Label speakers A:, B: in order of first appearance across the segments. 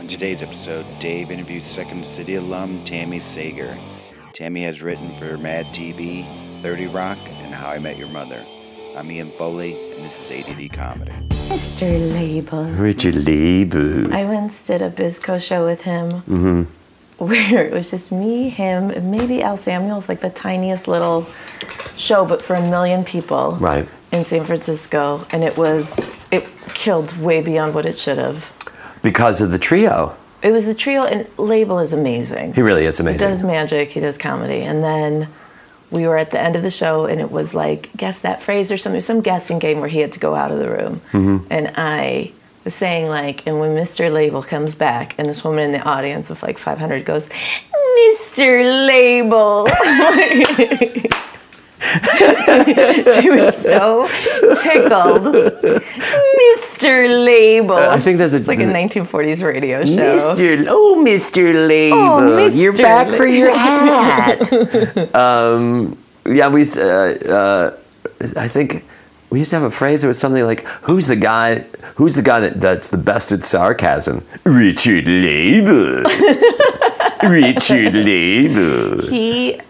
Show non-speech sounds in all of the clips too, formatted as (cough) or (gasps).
A: In today's episode, Dave interviews Second City alum Tammy Sager. Tammy has written for Mad TV, 30 Rock, and How I Met Your Mother. I'm Ian Foley, and this is ADD Comedy.
B: Mr. Label.
C: Richard uh, Leibu.
B: I once did a Bizco show with him
C: Mm-hmm.
B: where it was just me, him, and maybe Al Samuels, like the tiniest little show, but for a million people
C: Right.
B: in San Francisco. And it was, it killed way beyond what it should have.
C: Because of the trio.
B: It was a trio, and Label is amazing.
C: He really is
B: He
C: amazing.
B: does magic, he does comedy. And then we were at the end of the show, and it was like, guess that phrase or something, some guessing game where he had to go out of the room.
C: Mm-hmm.
B: And I was saying, like, and when Mr. Label comes back, and this woman in the audience of like 500 goes, Mr. Label. (laughs) she was so tickled. Mr. Label.
C: I think there's a-
B: it's like a 1940s radio show.
C: Mr. Oh, Mr. Label, you're
B: Mr.
C: back for
B: Label.
C: your hat. um, yeah, we. used to, Uh, uh, I think we used to have a phrase. It was something like, "Who's the guy? Who's the guy that, that's the best at sarcasm?" Richard Label. Richard Label.
B: he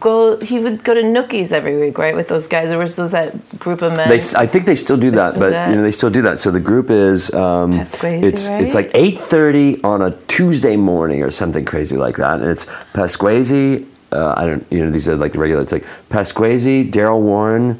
B: go he would go to Nookies every week, right? With those guys. There was those- that group of men.
C: They, s- I think they still do that,
B: still
C: but
B: do that.
C: you know they still do that. So the group is um,
B: That's crazy,
C: it's
B: right?
C: it's like eight thirty on a Tuesday morning or something crazy like that, and it's Pasquazi. Uh, I don't you know these are like the regular. It's like Pasquazi, Daryl Warren,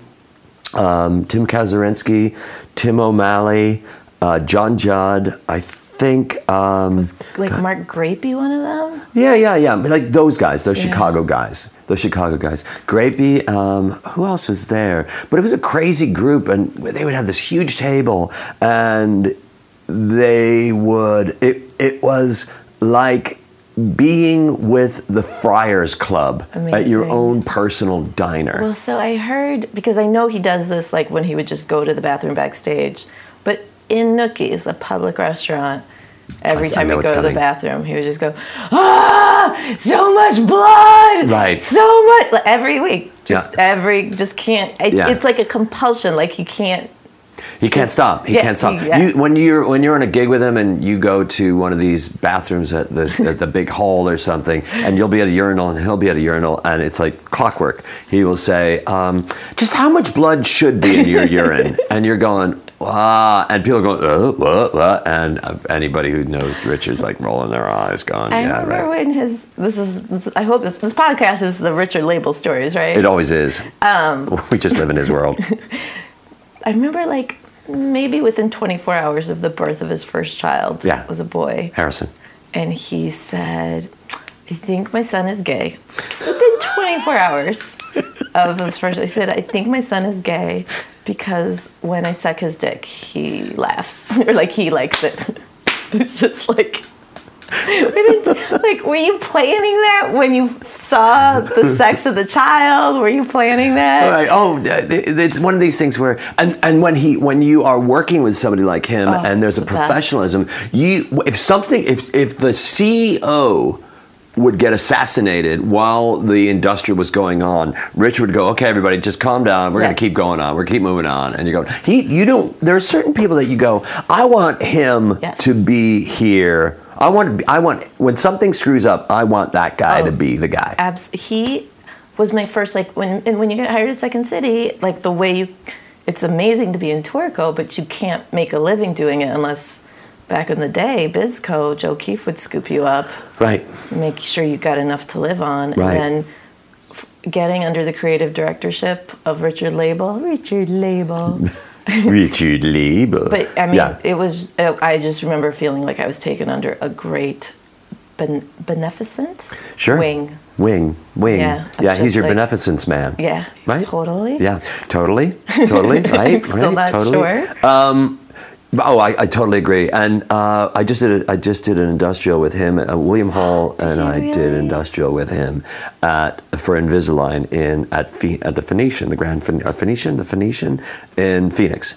C: um, Tim Kazurinsky, Tim O'Malley, uh, John Judd. I think um,
B: like Mark Grapey, one of them.
C: yeah, yeah, yeah. But, Like those guys, those
B: Yeah.
C: Chicago guys, those Chicago guys. Grapey, um, who else was there? But it was a crazy group, and they would have this huge table, and they would. It it was like being with the Friars Club at your
B: Amazing.
C: own personal diner.
B: Well, so I heard because I know he does this like when he would just go to the bathroom backstage, but in Nookies, a public restaurant. Every
C: I
B: time
C: know
B: he'd
C: it's
B: go to the
C: coming.
B: bathroom, he would just go, "Ah, so much blood,
C: Right.
B: So much like, every week, just
C: Yeah.
B: every, just can't. It,
C: Yeah.
B: It's like a compulsion, like he can't.
C: He can't stop. He
B: yeah,
C: can't stop.
B: yeah.
C: You, when you're when you're in a gig with him and you go to one of these bathrooms at the (laughs) at the big hall or something, and you'll be at a urinal and he'll be at a urinal, and it's like clockwork. He will say, um, "Just how much blood should be in your (laughs) urine?" And you're going, "Ah!" And people go, uh, uh, uh, and uh, anybody who knows Richard's like rolling their eyes, going,
B: I
C: "Yeah,
B: remember
C: right."
B: when his this is this, I hope this this podcast is the Richard Label stories, right?
C: It always is. (laughs) we just live in his world.
B: I remember like maybe within 24 hours of the birth of his first child,
C: Yeah.
B: it was a boy,
C: Harrison.
B: and he said, "I think my son is gay." Within 24 hours of his first, he said, "I think my son is gay because when I suck his dick, he laughs (laughs) or like he likes it." (laughs) It was just like. within- like, were you planning that when you saw the sex of the child? Were you planning that?
C: All right. Oh, th- th- it's one of these things where, and, and when he, when you are working with somebody like him, and there's a
B: Oh, the best.
C: professionalism, you, if something, if if the CEO would get assassinated while the industry was going on, Rich would go, okay, everybody, just calm down. We're
B: Yeah.
C: gonna keep going on. We're gonna keep moving on. And you're going, he, you don't. There are certain people that you go, I want him
B: Yes.
C: to be here. I want, to be, I want when something screws up, I want that guy
B: Oh.
C: to be the guy.
B: abs- he was my first like when and when you get hired at Second City, like the way you it's amazing to be in Torco, but you can't make a living doing it unless back in the day, Bizco, Joe Keefe would scoop you up, (laughs)
C: Right.
B: make sure you got enough to live on.
C: Right.
B: And then f- getting under the creative directorship of Richard Label. Richard Label.
C: (laughs) Richard Lieber.
B: But I mean,
C: Yeah.
B: it was. uh, I just remember feeling like I was taken under a great, ben- beneficent
C: Sure.
B: wing.
C: Wing. Wing.
B: Yeah,
C: Yeah.
B: I'm
C: he's
B: just
C: your
B: like-
C: beneficence man.
B: Yeah,
C: Right?
B: totally.
C: Yeah. Totally.
B: (laughs)
C: Totally. Right.
B: Still
C: right,
B: not
C: totally.
B: sure.
C: Uh, Oh, I, I totally agree. And uh, I just did a, I just did an industrial with him, uh,
B: (gasps)
C: William Hall, and
B: you
C: I did
B: really?
C: industrial with him at for Invisalign in at Phe- at the Phoenician, the Grand Phoen- uh, Phoenician, the Phoenician in Phoenix.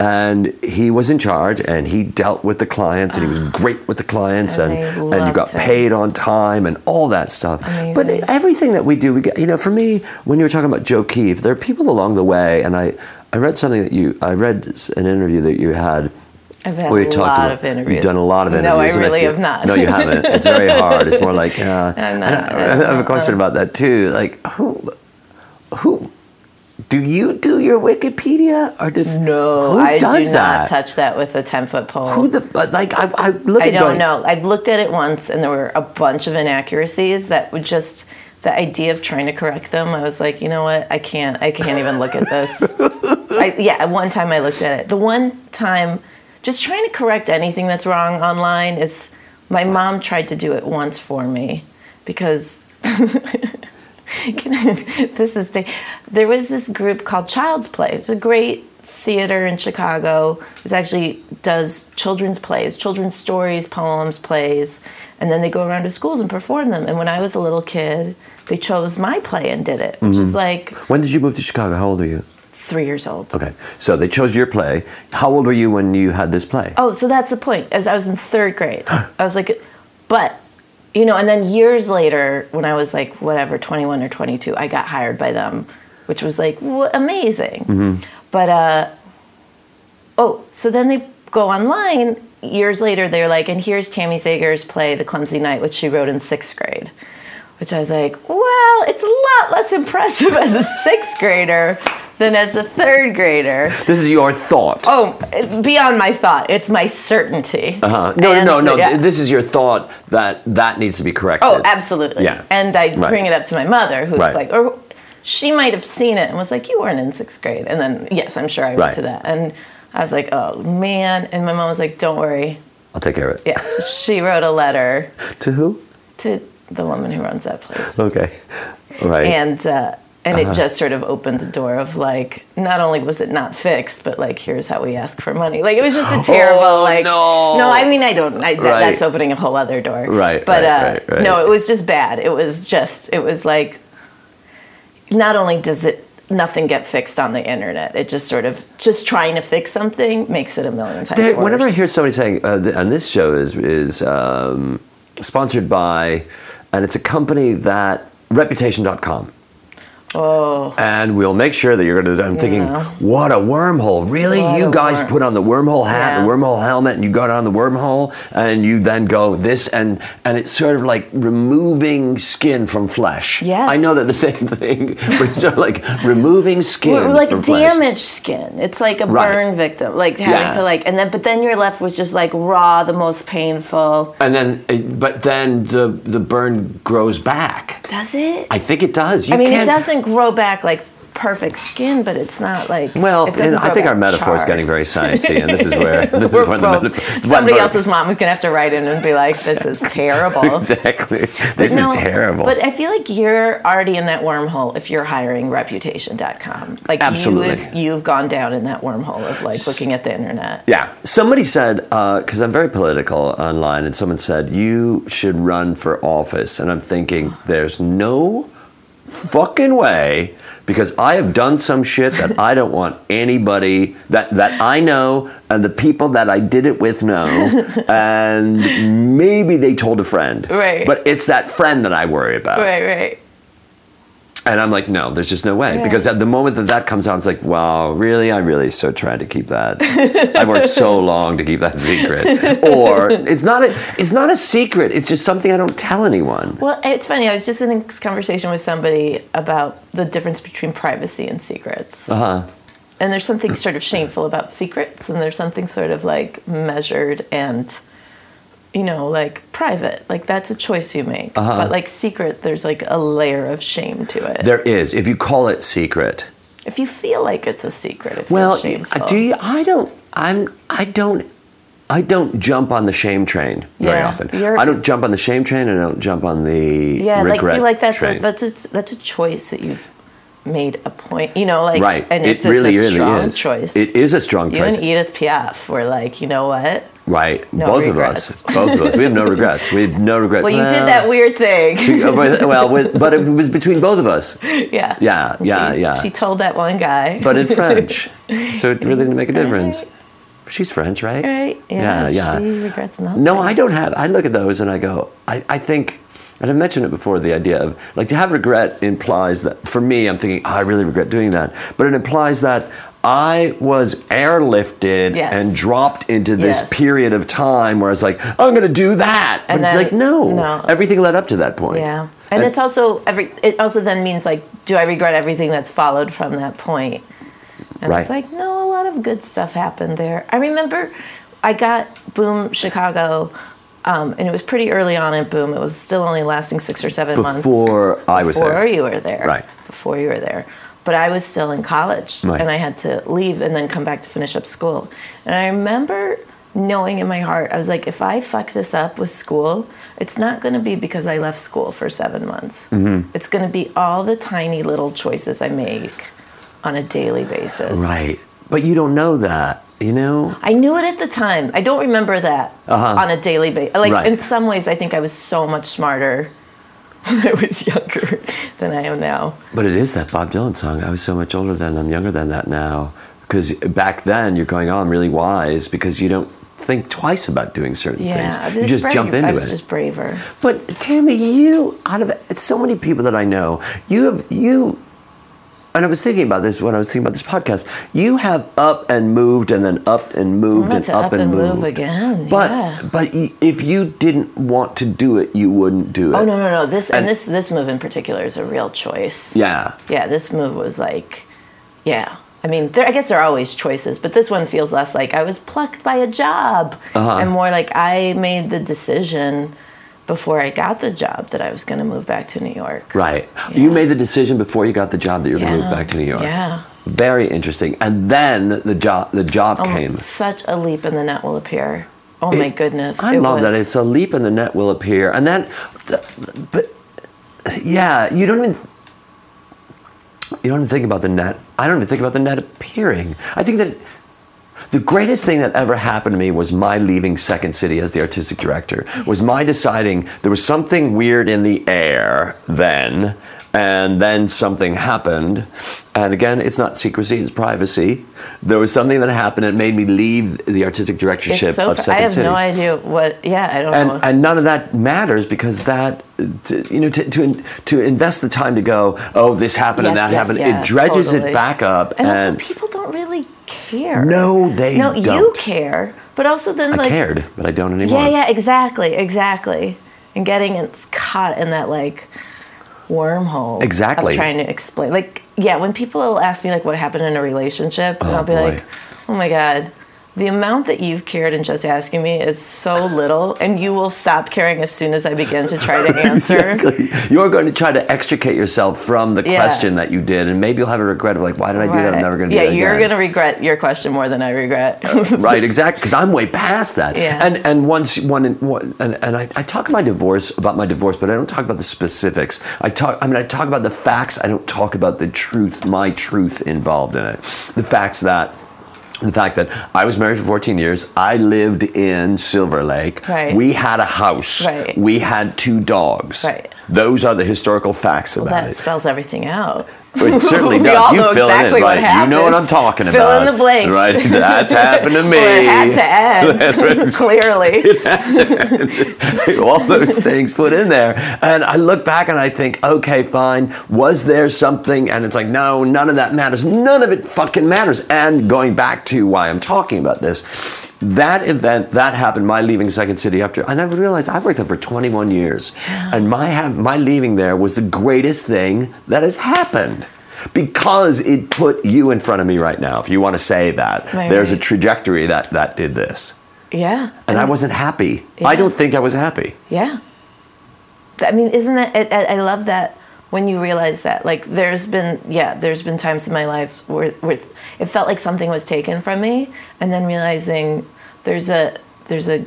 C: And he was in charge, and he dealt with the clients, and he
B: (gasps)
C: was great with the clients,
B: And
C: and
B: they
C: and you
B: loved
C: got
B: him.
C: paid on time, and all that stuff. But
B: Amazing.
C: everything that we do, we get, you know, for me, when you were talking about Joe Keefe, there are people along the way, and I, I read something that you, I read s- an interview that you had
B: I've had
C: We
B: a
C: talked
B: lot
C: about,
B: of interviews.
C: You've done a lot of
B: No, I
C: interviews. and
B: really
C: feel-
B: have not.
C: No, you haven't. It's very hard. It's
B: (laughs)
C: more like, uh,
B: I'm not-
C: and
B: I
C: I,
B: don't
C: I have
B: know.
C: a question about that too. Like, who, who, do you do your Wikipedia or does
B: (laughs) No,
C: who
B: I do not
C: does that?
B: touch that with a ten foot pole.
C: Who the but, like? I, I look
B: I
C: at
B: don't
C: going,
B: know. I looked at it once, and there were a bunch of inaccuracies that would just the idea of trying to correct them. I was like, you know what? I can't. I can't even look at
C: (laughs)
B: this. I, yeah, at one time I looked at it. The one time, just trying to correct anything that's wrong online is my mom tried to do it once for me because. Can I- this is the- there was this group called Child's Play. It's a great theater in Chicago. It actually does children's plays, children's stories, poems, plays, and then they go around to schools and perform them. And when I was a little kid, they chose my play and did it, which is like
C: When did you move to Chicago? How old are you?
B: three years old.
C: Okay, so they chose your play. How old were you when you had this play?
B: Oh, so that's the point. As I was in third grade, I was like, but you know, and then years later, when I was like whatever, twenty one or twenty two, I got hired by them, which was like wha- amazing. But uh, oh, so then they go online years later. They're like, and here's Tammy Zager's play, The Clumsy Knight, which she wrote in sixth grade. Which I was like, well, it's a lot less impressive (laughs) as a sixth grader than as a third grader.
C: This is your thought.
B: Oh, beyond my thought. It's my certainty.
C: Uh, no,
B: And-
C: no, no, no.
B: yeah.
C: This is your thought that that needs to be corrected.
B: Oh, absolutely.
C: Yeah.
B: And I
C: Right.
B: bring it up to my mother, who's
C: Right.
B: like, or she might have seen it and was like, "You weren't in sixth grade." And then, yes, I'm sure I went
C: Right.
B: to that. And I was like, "Oh man!" And my mom was like, "Don't worry."
C: I'll take care of it.
B: Yeah. So she wrote a letter
C: To who?
B: to the woman who runs that place,
C: Okay. (laughs) Right.
B: and uh, and
C: Uh-huh.
B: it just sort of opened the door of like, not only was it not fixed, but like, here's how we ask for money. Like, it was just a terrible
C: (laughs) Oh,
B: like.
C: no.
B: No, I mean I don't. I, that,
C: Right.
B: That's opening a whole other door.
C: Right,
B: But
C: right,
B: uh,
C: right, right.
B: no, it was just bad. It was just. It was like. Not only does it nothing get fixed on the internet, it just sort of just trying to fix something makes it a million times
C: There-
B: worse.
C: whenever I hear somebody saying, uh, th- and this show is is um, sponsored by, and it's a company that Reputation.com. Oh. And we'll make sure that you're going to. I'm thinking,
B: No.
C: what a wormhole! Really,
B: What
C: you
B: a
C: guys
B: worm-
C: put on the wormhole hat,
B: Yeah.
C: the wormhole helmet, and you got on the wormhole, and you then go this, and and it's sort of like removing skin from flesh.
B: Yes.
C: I know that the same thing, (laughs) but it's sort of like removing skin.
B: We're like
C: from flesh.
B: damaged skin. It's like a
C: Right.
B: burn victim, like having
C: Yeah.
B: to like, and then but then you're left with just like raw, the most painful.
C: And then, uh, but then the the burn grows back.
B: Does it?
C: I think it does. You
B: I mean, it
C: can't-
B: doesn't grow back like perfect skin, but it's not like
C: Well,
B: it doesn't
C: and I
B: grow
C: think our
B: back
C: metaphor is
B: charred.
C: getting very sciencey, and this is
B: (laughs)
C: where this
B: We're
C: is where
B: both-
C: the metaphor. the
B: Somebody
C: word-
B: else's mom is gonna have to write in and be like, "This is terrible."
C: (laughs) Exactly. This
B: No,
C: is terrible.
B: But I feel like you're already in that wormhole if you're hiring Reputation.com. Like
C: Absolutely.
B: you've, you've gone down in that wormhole of like looking at the internet.
C: yeah. Somebody said because I'm very political online, and someone said you should run for office, and I'm thinking there's no fucking way because I have done some shit that I don't want anybody that that I know and the people that I did it
B: (laughs)
C: with know and maybe they told a friend.
B: Right.
C: But it's that friend that I worry about.
B: Right, right.
C: And I'm like, no, there's just no way.
B: Yeah.
C: Because at the moment that that comes out, it's like, wow, really? I really so tried to keep that. I
B: (laughs)
C: worked so long to keep that secret. Or it's not a, it's not a secret. It's just something I don't tell anyone.
B: Well, it's funny. I was just in a conversation with somebody about the difference between privacy and secrets.
C: Uh-huh.
B: and there's something sort of shameful about secrets and there's something sort of like measured and you know like private like that's a choice you make but like secret there's like a layer of shame to it
C: Uh-huh. There is, if you call it secret.
B: if you feel like it's a secret if
C: Well,
B: you
C: do you, I don't. I'm. I don't. I don't jump on the shame train very
B: Yeah,
C: often.
B: you're-
C: I don't jump on the shame train. and I don't jump on the
B: yeah like
C: regret
B: feel like that's a,
C: train.
B: that's a that's a choice that you've made a point you know like
C: right.
B: and it's
C: it
B: a,
C: really,
B: a
C: really
B: strong
C: is.
B: choice
C: It is a strong
B: you
C: choice.
B: and Edith Piaf were like you know what
C: right.
B: No
C: both
B: regrets.
C: of us. Both of us. We have no regrets. We have no regrets.
B: well you did that weird thing (laughs)
C: that. well, with, but it was between both of us.
B: yeah
C: Yeah. Yeah.
B: she,
C: yeah.
B: she told that one guy
C: but in
B: (laughs)
C: French, so it really didn't make a difference. She's French, right?
B: right? Yeah,
C: Yeah.
B: She
C: yeah.
B: regrets nothing.
C: No, I don't have. I look at those and I go, I, I think, and I mentioned it before the idea of like to have regret implies that, for me, I'm thinking, oh, I really regret doing that. But it implies that I was airlifted
B: Yes.
C: and dropped into this
B: Yes.
C: period of time where I was like, I'm going to do that. But
B: And
C: it's
B: then-
C: like, no.
B: no.
C: Everything led up to that point.
B: Yeah. And it's also every it also then means like do I regret everything that's followed from that point? And
C: Right.
B: it's like no, a lot of good stuff happened there. I remember I got Boom Chicago um, and it was pretty early on in Boom. It was still only lasting 6 or 7 months
C: before I was
B: before
C: there.
B: you were there.
C: Right.
B: Before you were there. But I was still in college
C: Right.
B: and I had to leave and then come back to finish up school. And I remember knowing in my heart, I was like, if I fuck this up with school, it's not going to be because I left school for seven months.
C: Mm-hmm.
B: It's going to be all the tiny little choices I make on a daily basis.
C: Right. But you don't know that, you know?
B: I knew it at the time. I don't remember that on a daily basis. Like
C: Uh-huh. Right.
B: in some ways, I think I was so much smarter (laughs) when I was younger than I am now.
C: But it is that Bob Dylan song. I was so much older then. I'm younger than that now. Because back then you're going, oh, I'm really wise because you don't think twice about doing certain
B: Yeah,
C: things. You just
B: brave.
C: jump into
B: I was
C: it.
B: just braver.
C: But Tammy, you out of it's so many people that I know, you have you. And I was thinking about this when I was thinking about this podcast. You have up and moved, and then up and moved,
B: Well,
C: and
B: to
C: up,
B: up and move
C: moved.
B: again,
C: But
B: yeah.
C: but y- if you didn't want to do it, you wouldn't do it.
B: Oh no, no, no! This and,
C: And-
B: this this move in particular is a real choice.
C: Yeah.
B: Yeah, this move was like, yeah. I mean, there, I guess there are always choices, but this one feels less like I was plucked by a job
C: Uh-huh.
B: and more like I made the decision before I got the job that I was going to move back to New York.
C: Right.
B: Yeah.
C: You made the decision before you got the job that you were going to
B: Yeah.
C: move back to New York.
B: Yeah.
C: Very interesting. And then the job the
B: Oh,
C: job came.
B: Such a leap in the net will appear. Oh my goodness!
C: I
B: It
C: love that.
B: was-
C: It's a leap in the net will appear, and that, th- but yeah, you don't even you don't even think about the net. I don't even think about the net appearing. I think that the greatest thing that ever happened to me was my leaving Second City as the artistic director. Was my deciding there was something weird in the air then, and then something happened. And again, it's not secrecy; it's privacy. There was something that happened that made me leave the artistic
B: it's
C: directorship
B: so.
C: of
B: I
C: Second
B: have
C: City
B: no idea what. Yeah, I don't know.
C: and and none of that matters because that to, you know to, to to invest the time to go oh this happened and
B: Yes,
C: that
B: yes,
C: happened
B: yeah,
C: it dredges
B: totally.
C: it back up
B: And,
C: and,
B: also, people don't really care.
C: No, they
B: no, you
C: don't.
B: care, but also then
C: I
B: like
C: cared but I don't anymore (laughs)
B: yeah, yeah, exactly, exactly, and getting it's caught in that like wormhole.
C: Exactly.
B: Of trying to explain, like yeah, when people will ask me like what happened in a relationship, and
C: Oh,
B: I'll be
C: boy.
B: like, oh my god. The amount that you've cared in just asking me is so little, and you will stop caring as soon as I begin to try to answer.
C: (laughs) Exactly. You're going to try to extricate yourself from the
B: Yeah.
C: question that you did, and maybe you'll have a regret of like, why did I do that? I'm
B: Right.
C: never going to
B: yeah,
C: do that
B: you're
C: again.
B: going to regret your question more than I regret.
C: right exactly because i'm way past that
B: Yeah.
C: and and once one one- and, and I, I talk my divorce about my divorce but i don't talk about the specifics i talk i mean i talk about the facts i don't talk about the truth my truth involved in it the facts that the fact that I was married for 14 years, I lived in Silver Lake.
B: Right.
C: We had a house.
B: Right.
C: We had two dogs.
B: Right.
C: Those are the historical facts
B: (laughs)
C: about
B: That
C: it.
B: spells everything out.
C: It
B: (laughs)
C: certainly
B: We
C: does.
B: all
C: you
B: know
C: fill it
B: exactly
C: in,
B: what
C: right? you know what I'm
B: happens.
C: talking
B: Fill
C: about.
B: in the blanks.
C: Right. That's happened
B: (laughs)
C: to me.
B: Well, it
C: (laughs)
B: had to end, (laughs) clearly.
C: (laughs) all those things put in there. And I look back and I think, okay, fine. Was there something? And it's like, no, none of that matters. None of it fucking matters. And going back to why I'm talking about this, that event that happened, my leaving Second City after, and I realized I worked there for 21 years, and my ha- my leaving there was the greatest thing that has happened. Because it put you in front of me right now, if you want to say that.
B: Right,
C: There's
B: right.
C: a trajectory that, that did this.
B: Yeah.
C: And I wasn't happy.
B: Yeah.
C: I don't think I was happy.
B: Yeah. Th- I mean, isn't that? I, I- I love that when you realize that. Like, there's been yeah, there's been times in my life where, where it felt like something was taken from me, and then realizing there's a there's a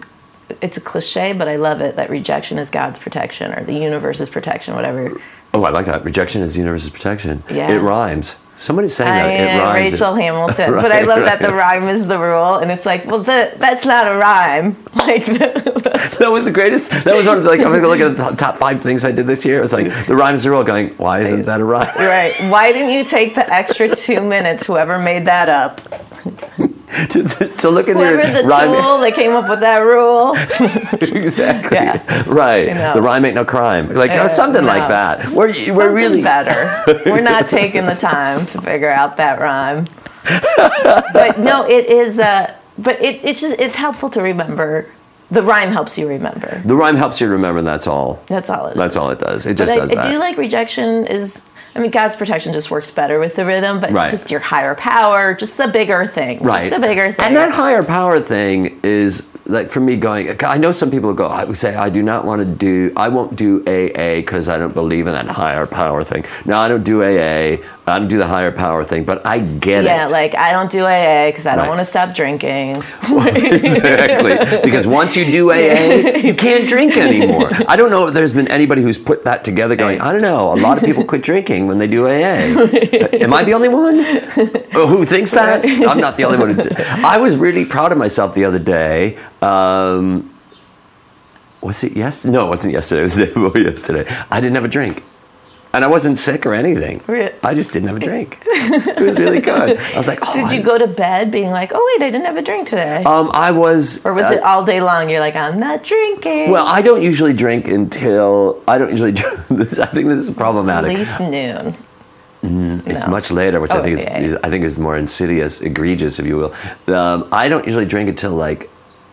B: it's a cliche, but I love it that rejection is God's protection or the universe's protection, whatever.
C: Oh, I like that. Rejection is the universe's protection.
B: Yeah.
C: It rhymes. Somebody's saying
B: I
C: that. It
B: am
C: rhymes.
B: Rachel Hamilton, but I
C: Right,
B: love that
C: right.
B: the rhyme is the rule, and it's like, well, the, that's not a rhyme. (laughs) Like,
C: (laughs) That was the greatest. That was one of the, like, I'm going to look at the to- top five things I did this year.
B: (laughs)
C: It's like, the rhymes are all going, why isn't that a rhyme? (laughs)
B: right? Why didn't you take the extra two minutes? Whoever made that up,
C: so look at your
B: whoever the
C: rhyme.
B: tool that came up with that rule.
C: (laughs) exactly.
B: Yeah. I know.
C: Right. The rhyme ain't no crime. Like,
B: Yeah,
C: or something
B: no.
C: like that. We're, we're
B: Something
C: really. (laughs)
B: better. We're not taking the time to figure out that rhyme. but no, it is. Uh, but it, it's just it's helpful to remember. The rhyme helps you remember.
C: The rhyme helps you remember. That's all.
B: That's all it is.
C: That's all it does. It
B: But
C: just
B: I,
C: does
B: I do
C: that.
B: like rejection is. I mean, God's protection just works better with the rhythm, but
C: Right.
B: just your higher power, just the bigger thing,
C: Right.
B: Just the bigger thing.
C: And that higher power thing is like for me going. I know some people go. I would say I do not want to do. I won't do AA because I don't believe in that higher power thing. No, I don't do AA. I don't do the higher power thing. But I get
B: yeah,
C: it.
B: like I don't do AA because I don't
C: Right.
B: want to stop drinking. (laughs)
C: exactly. Because once you do AA, you can't drink anymore. I don't know if there's been anybody who's put that together going, I don't know, a lot of people quit drinking when they do AA. Am I the
B: (laughs)
C: only one Oh, who thinks that? I'm not the only one. Who d- I was really proud of myself the other day. Um, was it yesterday? No, it wasn't yesterday. It was the day before yesterday. I didn't have a drink. And I wasn't sick or anything.
B: Re-
C: I just didn't have a drink. It was really good. I was like, oh.
B: Did you
C: I-
B: go to bed being like, oh wait, I didn't have a drink today,
C: Um, I was.
B: or was it all day long? You're like, I'm not drinking.
C: Well, I don't usually drink until I don't usually. (laughs) Drink, this, I think this is
B: at
C: problematic.
B: least noon.
C: It's
B: no.
C: much later, which I
B: Oh,
C: think is,
B: yeah.
C: is I think is more insidious, egregious, if you will. Um, I don't usually drink until like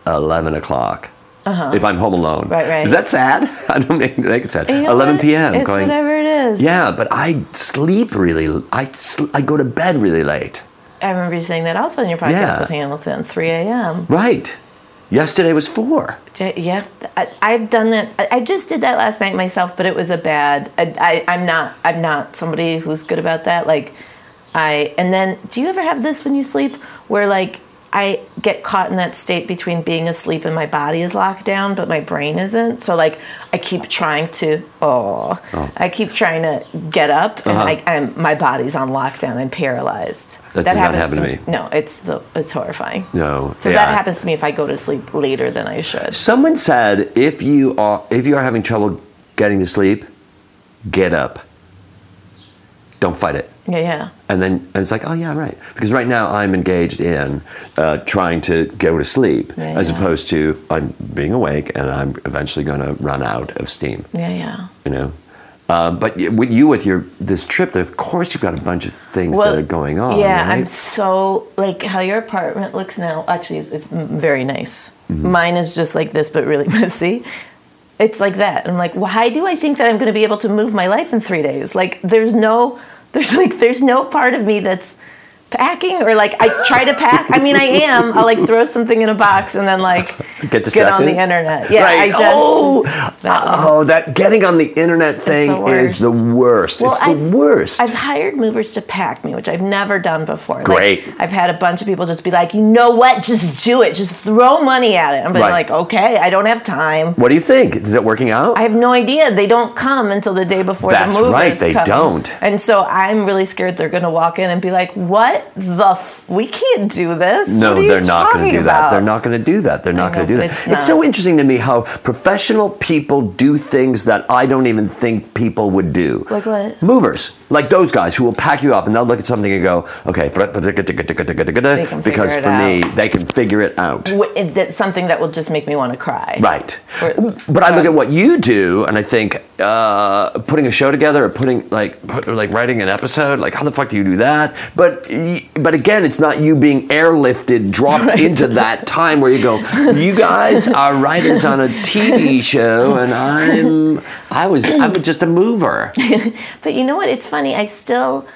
C: eleven o'clock. If I'm home alone,
B: Uh-huh. Right, right.
C: Is that sad? (laughs) I don't think think it's sad.
B: You know
C: Eleven
B: what?
C: p.m.
B: It's
C: going.
B: whatever it is.
C: Yeah, but I sleep really. I sl- I go to bed really late.
B: I remember you saying that also in your podcast
C: Yeah.
B: with Hamilton, 3 a.m.
C: Right. Yesterday was four.
B: J- Yeah, I, I've done that. I, I just did that last night myself, but it was a bad. I, I, I'm not. I'm not somebody who's good about that. Like, I and then. Do you ever have this when you sleep, where like I get caught in that state between being asleep and my body is locked down, but my brain isn't. So like I keep trying to. Oh, I keep trying to get up, and
C: Uh-huh.
B: I, I'm my body's on lockdown. I'm paralyzed.
C: That does not happen to me.
B: No, it's the it's horrifying.
C: No.
B: So
C: yeah.
B: that happens to me if I go to sleep later than I should.
C: Someone said if you are if you are having trouble getting to sleep, get up. Don't fight it.
B: Yeah, yeah.
C: And then and it's like, oh yeah, right. Because right now I'm engaged in uh, trying to go to sleep,
B: Yeah,
C: as
B: yeah.
C: opposed to I'm being awake and I'm eventually going to run out of steam.
B: Yeah, yeah.
C: You know. Um, but you, with you with your this trip, of course you've got a bunch of things that are going on.
B: Yeah,
C: right?
B: I'm so like how your apartment looks now. Actually, it's, it's m- very nice.
C: Mm-hmm.
B: Mine is just like this, but really (laughs) messy. It's like that. I'm like, why do I think that I'm going to be able to move my life in three days? Like, there's no, (laughs) there's like, there's no part of me that's packing or like I try to pack. I mean, I am. I'll like throw something in a box and then like
C: (laughs) Get
B: get on
C: distracted?
B: the
C: (laughs)
B: internet. Yeah,
C: right.
B: I just.
C: oh,
B: that one.
C: oh, that getting on the internet thing
B: the
C: is the worst.
B: Well,
C: it's the
B: I've-
C: worst.
B: I've hired movers to pack me, which I've never done before. Like,
C: Great.
B: I've had a bunch of people just be like, you know what? Just do it. Just throw money at it. I'm
C: Right.
B: like, okay, I don't have time.
C: what do you think? Is it working out?
B: I have no idea. They don't come until the day before
C: That's
B: the movers
C: right, they
B: come.
C: don't.
B: And so I'm really scared they're going to walk in and be like, what the? F- we can't do this.
C: no,
B: What are you
C: they're not
B: talking
C: going to do
B: about?
C: that. They're not going to do that. They're not
B: know,
C: going to do
B: but
C: that.
B: it's
C: It's,
B: not.
C: so interesting to me how professional people do things that I don't even think people would do.
B: Like what?
C: Movers, like those guys who will pack you up and they'll look at something and go, "Okay,"
B: figure
C: because
B: it
C: for me,
B: out.
C: they can figure it out.
B: Wh- That's something that will just make me want to cry.
C: Right.
B: Or-
C: But I look at what you do, and I think uh, putting a show together, or putting like put, or, like writing an episode, like how the fuck do you do that? But y- but again, it's not you being airlifted, dropped into
B: (laughs)
C: that time where you go, you guys are writers on a TV show, and I'm I was I'm just a
B: (laughs)
C: mover.
B: But you know what? It's funny. I still,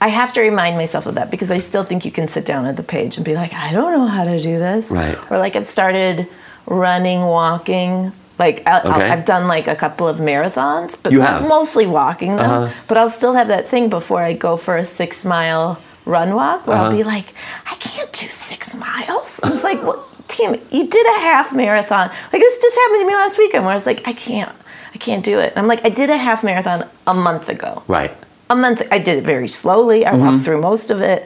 B: I have to remind myself of that because I still think you can sit down at the page and be like, I don't know how to do this.
C: Right.
B: Or like I've started running, walking. Like I'll,
C: Okay.
B: I'll, I've done like a couple of marathons, but
C: You have.
B: mostly walking them.
C: Uh-huh.
B: But I'll still have that thing before I go for a six mile run walk where
C: Uh-huh.
B: I'll be like, I can't do six miles. I was like, well, Tim, you did a half marathon. Like this just happened to me last weekend where I was like, I can't, I can't do it. And I'm like, I did a half marathon a month ago
C: Right.
B: a month i did it very slowly i
C: Mm-hmm.
B: walked through most of it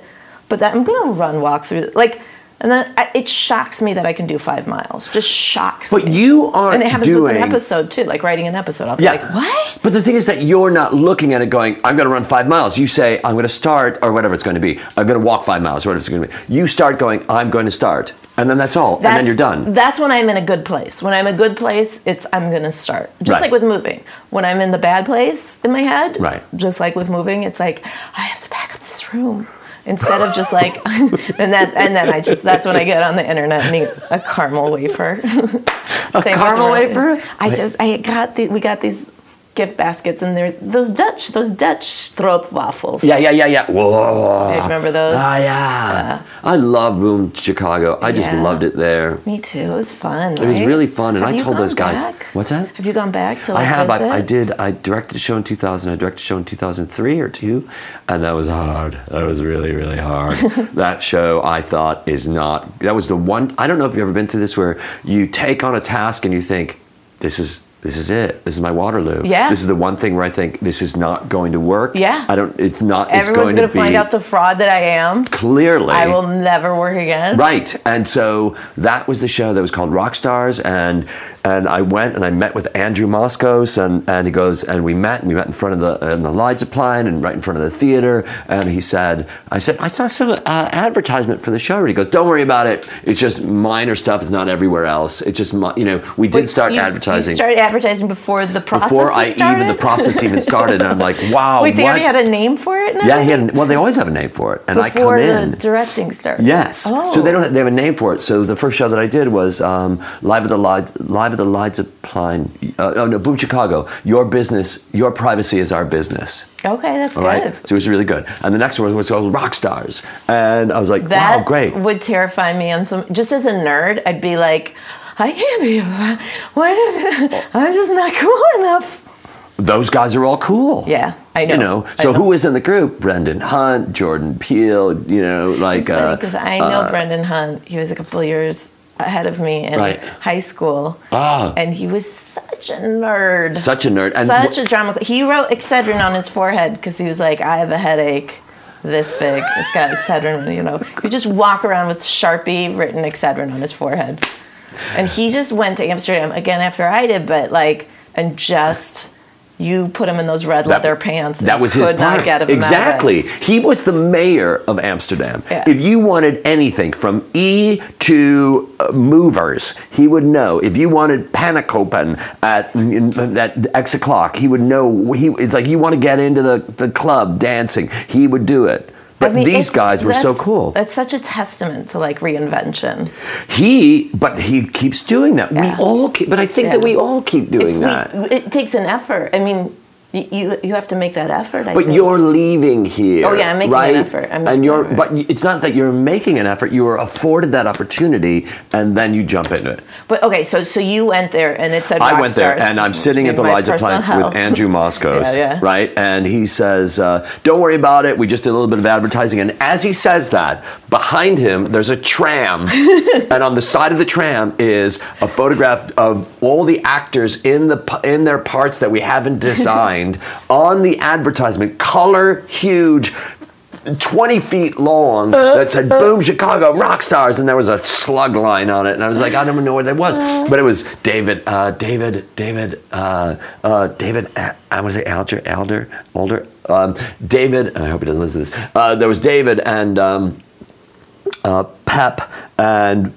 B: but that i'm gonna run walk through like and then I, it shocks me that i can do five miles just shocks
C: But
B: me
C: you aren't
B: and it happens
C: doing
B: with an episode too like writing an episode i'll be
C: Yeah.
B: like what
C: But the thing is that you're not looking at it going, I'm going to run five miles. You say, I'm going to start, or whatever it's going to be. I'm going to walk five miles, whatever it's going to be. You start going, I'm going to start. And then that's all. and then you're done.
B: that's when i'm in a good place when i'm a good place it's i'm gonna start just
C: Right.
B: like with moving when i'm in the bad place in my head
C: Right.
B: just like with moving it's like i have to pack up this room instead of just like (laughs) and that and then I just that's when I get on the internet and eat a caramel wafer. (laughs)
C: A caramel wafer?
B: I just I got the we got these gift baskets and they're those Dutch those Dutch stroopwafels.
C: Yeah, yeah, yeah, yeah. Whoa.
B: Hey, remember those?
C: Ah, yeah. I loved Boom Chicago. I just
B: Yeah.
C: loved it there.
B: Me too. It was fun.
C: It was
B: right?
C: really fun, and
B: Have
C: I
B: you
C: told
B: gone
C: those guys.
B: back?
C: What's that?
B: Have you gone back to?
C: I
B: like,
C: have. I, I
B: visit?
C: did. I directed a show in 2000. I directed a show in 2003 or two, and that was hard. That was really, really hard.
B: (laughs)
C: that show, I thought, is not. That was the one. I don't know if you've ever been through this, where you take on a task and you think, "This is this is it. This is my Waterloo.
B: Yeah.
C: This is the one thing where I think this is not going to work.
B: Yeah.
C: I don't. It's not.
B: Everyone's
C: it's going
B: gonna
C: to be
B: find out the fraud that I am.
C: clearly.
B: I will never work again.
C: Right, and so that was the show that was called Rock Stars, and and I went and I met with Andrew Moscos, and, and he goes and we met and we met in front of the in the Leidseplein and right in front of the theater, and he said, I said I saw some uh, advertisement for the show, and he goes, don't worry about it, it's just minor stuff, it's not everywhere else, it's just mi-, you know we did
B: Wait,
C: start
B: you-
C: advertising
B: You started advertising before the process
C: before
B: was
C: I
B: started?
C: even the process even started, and I'm like,
B: (laughs)
C: wow,
B: Wait, they
C: what?
B: already had a name for it now?
C: yeah, he had, well they always have a name for it, and I come
B: Before the
C: in.
B: directing started.
C: Yes.
B: Oh.
C: So they don't. Have, they have a name for it. So the first show that I did was um, live at the Lides, live at the Leidseplein. Uh, oh no, Boom Chicago. Your business, your privacy is our business.
B: Okay, that's
C: All
B: good.
C: right. So it was really good. And the next one was called Rock Stars, and I was like,
B: That
C: wow, great.
B: would terrify me. On some, just as a nerd, I'd be like, I can't be. (laughs) What? I'm just not cool enough.
C: Those guys are all cool.
B: Yeah, I know.
C: You know,
B: I
C: so who was in the group? Brendan Hunt, Jordan Peele, you know, like. uh,
B: Because I know
C: uh,
B: Brendan Hunt. He was a couple years ahead of me in
C: Right.
B: high school.
C: Ah.
B: And he was such a nerd.
C: Such a nerd. And
B: such
C: wh-
B: a drama. que- He wrote Excedrin on his forehead because he was like, I have a headache this big. It's got Excedrin, you know. You just walk around with Sharpie written Excedrin on his forehead. And he just went to Amsterdam again after I did, but like, and just. You put him in those red leather pants. and
C: That was his
B: could
C: part.
B: not get him out of it.
C: exactly. He was the mayor of Amsterdam.
B: Yeah.
C: If you wanted anything from E to uh, movers, he would know. If you wanted Panakopen at at X o'clock, he would know. He it's like you want to get into the, the club dancing, he would do it. But
B: I mean,
C: these
B: it's-
C: guys were so
B: that's-
C: cool.
B: That's such a testament to like reinvention.
C: He, but he keeps doing that.
B: Yeah.
C: We all keep, but I think
B: Yeah.
C: that we all keep doing
B: If we-
C: that.
B: It takes an effort. I mean, y- you you have to make that effort. I
C: But
B: think.
C: you're leaving here.
B: Oh, yeah, I'm making an
C: right?
B: effort. I'm
C: and
B: making
C: you're,
B: an effort.
C: but y- it's not that you're making an effort. You were afforded that opportunity, and then you jump into it.
B: But okay, so so you went there and it said
C: I
B: rock
C: went there,
B: stars.
C: and I'm sitting at the
B: My
C: Liza
B: personal
C: Plant
B: hell.
C: with Andrew Moscos,
B: Yeah, yeah.
C: right? And he says, uh, "Don't worry about it. We just did a little bit of advertising." And as he says that, behind him there's a tram,
B: (laughs)
C: and on the side of the tram is a photograph of all the actors in the p- in their parts that we haven't
B: (laughs)
C: designed on the advertisement, color huge. 20 feet long that said boom chicago rock stars and there was a slug line on it and i was like i don't even know what that was but it was david uh, david david uh, uh, david A- i was to say alger alder older um, david i hope he doesn't listen to this uh, there was david and um, uh, pep and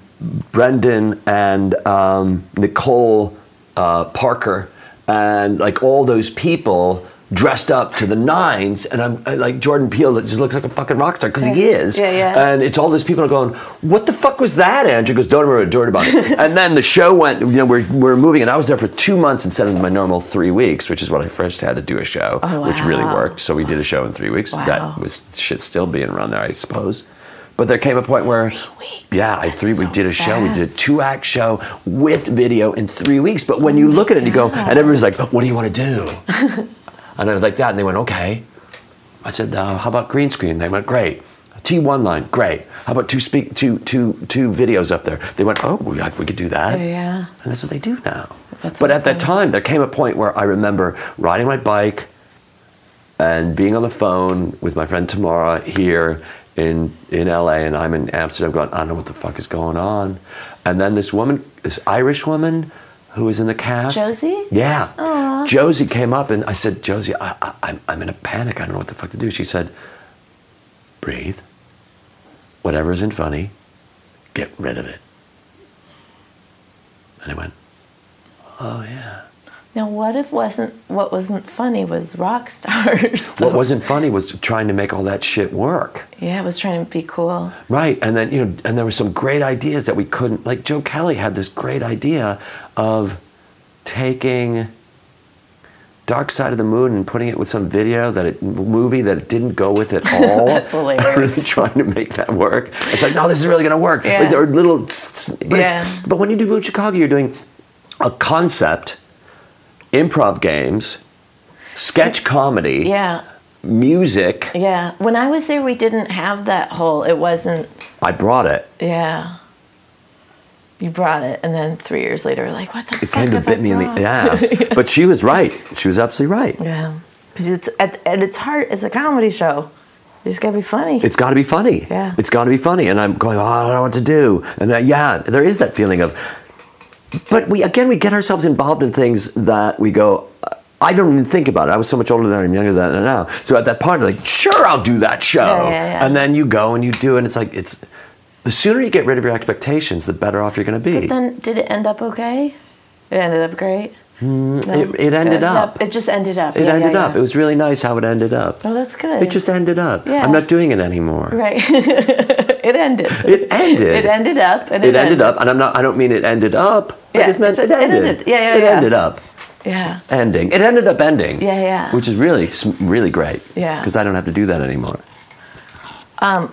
C: brendan and um, nicole uh, parker and like all those people dressed up to the nines and i'm I, like jordan peele that just looks like a fucking rock star because he
B: Yeah.
C: is
B: Yeah, yeah.
C: and it's all these people are going what the fuck was that andrew goes don't remember don't worry
B: (laughs)
C: about it and then the show went you know we're, we're moving and i was there for two months instead of my normal three weeks which is what i first had to do a show
B: Oh,
C: which really
B: wow.
C: worked so we did a show in three weeks
B: Wow.
C: that was shit still being around there i suppose but there came a point where
B: weeks.
C: yeah i three we
B: so
C: did a show we did a
B: fast.
C: two act show with video in three weeks but when you look at it and you go and everybody's like what do you want to do (laughs) and I was like that and they went okay I said, uh, how about green screen? They went, great. T1 line, great. How about two speak two two two videos up there? They went, oh, we, like, we could do
B: (laughs)
C: that.
B: Oh, yeah.
C: And that's what they do now.
B: That's
C: but at that
B: awesome.
C: time, there came a point where I remember riding my bike and being on the phone with my friend Tamara here in in LA, and I'm in Amsterdam, going, I don't know what the fuck is going on. And then this woman, this Irish woman, who was in the cast,
B: Josie?
C: yeah. Josie came up and I said, Josie, I, I, I'm, I'm in a panic. I don't know what the fuck to do. She said, breathe. Whatever isn't funny, get rid of it. And I went, oh, yeah.
B: Now, what if wasn't what wasn't funny was rock stars? So-
C: What wasn't funny was trying to make all that shit work.
B: (laughs) Yeah, I was trying to be cool.
C: Right, and then you know, and there were some great ideas that we couldn't. Like Joe Kelly had this great idea of taking Dark Side of the Moon and putting it with some video that it, movie that it didn't go with at
B: (laughs)
C: all.
B: That's hilarious.
C: (laughs) really trying to make that work. It's like, no, this is really gonna work.
B: Yeah.
C: Like, there are little, s- s- but,
B: Yeah.
C: it's, but when you do Blue Chicago, you're doing a concept, improv games, sketch comedy,
B: Yeah,
C: music.
B: yeah. When I was there, we didn't have that whole. It wasn't.
C: I brought it.
B: Yeah. You brought it, and then three years later, we're like, what the?
C: it kind of bit me in the
B: (laughs)
C: ass.
B: yeah.
C: But she was right. She was absolutely right.
B: Yeah, because it's at, at its heart, it's a comedy show. You just gotta be funny.
C: It's got to be funny.
B: Yeah.
C: It's got to be funny. And I'm going, oh, I don't know what to do. And uh, yeah, there is that feeling of, but we again we get ourselves involved in things that we go. "Uh, I don't even think about it. I was so much older than I am, younger than I am now. So at that part, I'm like, sure, I'll do that show.
B: Yeah, yeah, yeah.
C: And then you go and you do, and it's like it's. The sooner you get rid of your expectations, the better off you're going to be.
B: then did it end up okay? It ended up great. No?
C: Hmm, it- it ended up.
B: It just ended up.
C: it
B: Yeah,
C: ended
B: yeah,
C: up.
B: yeah.
C: It was really nice how it ended up.
B: Oh, that's good.
C: It just ended up.
B: Yeah.
C: I'm not doing it anymore.
B: right. (laughs) it ended.
C: It ended.
B: It ended up, and it,
C: it ended up, and I'm not. I don't mean it ended up. I
B: Yeah,
C: just meant
B: it's-
C: it ended.
B: it ended. Yeah, yeah,
C: It
B: yeah.
C: ended up
B: Yeah.
C: ending. It ended up ending.
B: Yeah, yeah.
C: Which is really, s- really great.
B: Yeah.
C: Because I don't have to do that anymore.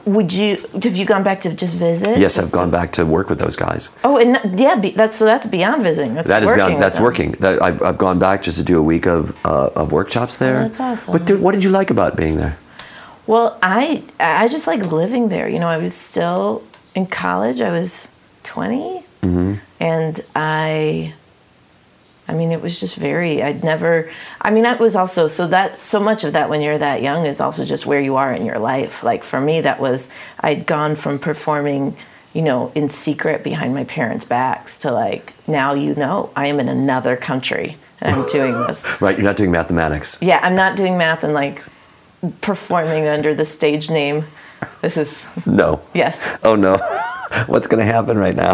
B: Would you have you gone back to just visit?
C: Yes, I've gone back to work with those guys.
B: Oh, and not- yeah, be, that's so that's beyond visiting. That's
C: That is
B: working
C: beyond,
B: with
C: that's
B: them.
C: working. That, I've, I've gone back just to do a week of uh, of workshops there.
B: Oh, that's awesome.
C: But dude, what did you like about being there?
B: Well, I I just like living there. You know, I was still in college. I was 20 and I. I mean, it was just very. I'd never. I mean, that was also so that so much of that when you're that young is also just where you are in your life. Like for me, that was I'd gone from performing, you know, in secret behind my parents' backs to like now you know I am in another country and I'm doing this.
C: Right, you're not doing mathematics.
B: Yeah, I'm not doing math and like performing under the stage name. This is
C: No.
B: yes,
C: Oh no. (laughs) What's going to happen right now?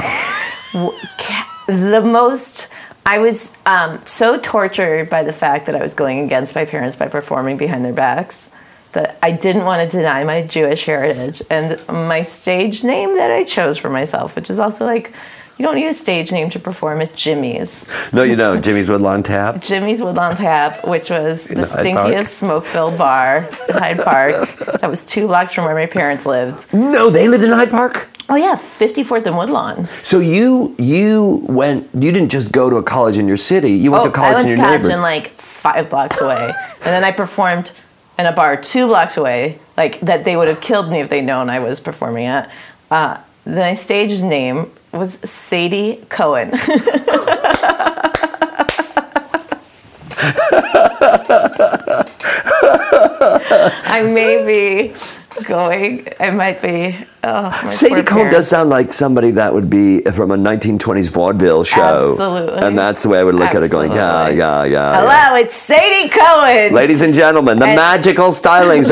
B: the most. I was um, so tortured by the fact that I was going against my parents by performing behind their backs that I didn't want to deny my Jewish heritage and my stage name that I chose for myself, which is also like. You don't need a stage name to perform at Jimmy's.
C: No, you don't. Jimmy's Woodlawn Tap.
B: Jimmy's Woodlawn Tap, which was the
C: In Hyde Park.
B: stinkiest smoke-filled bar in Hyde Park. That was two blocks from where my parents lived.
C: No, they lived in Hyde Park.
B: Oh yeah, 54th and Woodlawn.
C: So you you went you didn't just go to a college in your city. You went
B: Oh,
C: to college
B: I went
C: in
B: to
C: your
B: college
C: neighborhood.
B: in like five blocks away, and then I performed in a bar two blocks away, like that they would have killed me if they'd known I was performing at. Uh, then my stage name was Sadie Cohen. (laughs) I may be going. I might be. Oh, my
C: Sadie
B: poor
C: Cohen does
B: parents.
C: sound like somebody that would be from a 1920s vaudeville show.
B: Absolutely.
C: And that's the way I would look at it, going, yeah,
B: Absolutely.
C: yeah, yeah. yeah.
B: Hello, it's Sadie Cohen.
C: Ladies and gentlemen, the
B: And-
C: magical stylings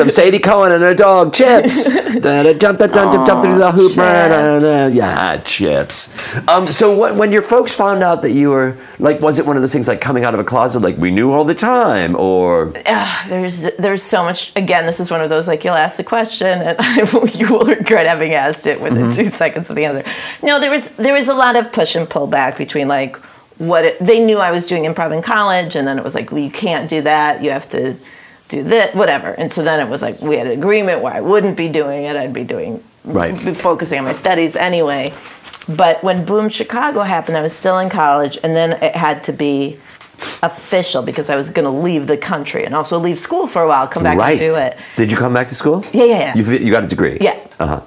B: (laughs)
C: of Sadie Cohen and her dog Chips. da, da, jump, da, jump, jump, jump through the hoop. da, da, da.
B: Chips.
C: Yeah, Chips. Um, so what, when your folks found out that you were like, was it one of those things like coming out of a closet, like we knew all the time, or
B: there's there's so much again this is one of those like you'll ask the question and (laughs) you will regret having asked it within two seconds of the answer no there was there was a lot of push and pull back between like what it, they knew i was doing improv in college and then it was like well you can't do that you have to do that whatever and so then it was like we had an agreement where i wouldn't be doing it i'd be doing
C: Right.
B: be focusing on my studies anyway but when boom chicago happened i was still in college and then it had to be official because I was going to leave the country and also leave school for a while, come back
C: right?
B: and do it.
C: Did you come back to school?
B: Yeah, yeah, yeah.
C: You, you got a degree.
B: Yeah.
C: Uh huh.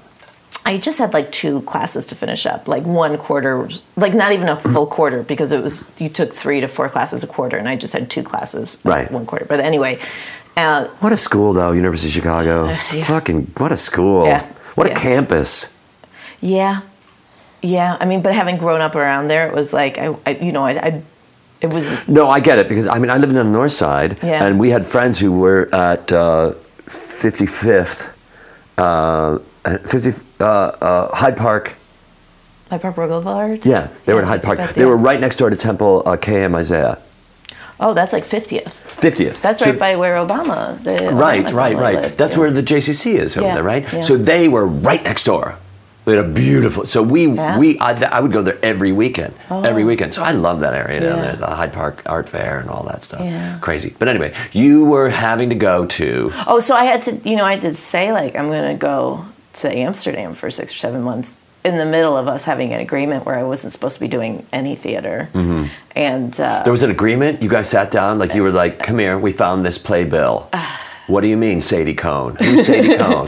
B: I just had like two classes to finish up, like one quarter, like not even a
C: (clears throat)
B: full quarter because it was, you took three to four classes a quarter and I just had two classes, uh,
C: Right.
B: one quarter. But anyway, uh,
C: What a school, though, University of Chicago.
B: yeah.
C: Fucking, what a school.
B: Yeah,
C: What
B: yeah.
C: a campus.
B: yeah, yeah. I mean, but having grown up around there, it was like, I, I you know, I, I, it was,
C: No, I get it because I mean, I lived on the north side,
B: Yeah.
C: and we had friends who were at uh, 55th, uh, 50, uh, uh, Hyde Park.
B: like Park Boulevard?
C: Yeah, they were at Hyde Park. They were right next door to Temple uh, KM Isaiah.
B: Oh, that's like 50th.
C: 50th.
B: That's
C: So-
B: right by where Obama. The
C: Right,
B: Obama
C: right,
B: family
C: right.
B: lived,
C: That's
B: yeah.
C: where the JCC is over
B: Yeah,
C: there, right?
B: yeah.
C: So they were right next door. They had a beautiful. So we
B: Yeah. Oh.
C: we I, I would go there every weekend, every weekend. So I love that area down
B: Yeah.
C: there, the Hyde Park Art Fair and all that stuff.
B: Yeah.
C: Crazy. But anyway, you were having to go to
B: Oh, so I had to, you know, I did say like I'm gonna go to Amsterdam for six or seven months in the middle of us having an agreement where I wasn't supposed to be doing any theater,
C: Mm-hmm.
B: and uh,
C: There was an agreement. You guys sat down, like you were like, "Come here, we found this
B: (sighs)
C: playbill." what do you mean, Sadie Cohn? Who's Sadie
B: (laughs)
C: Cohn?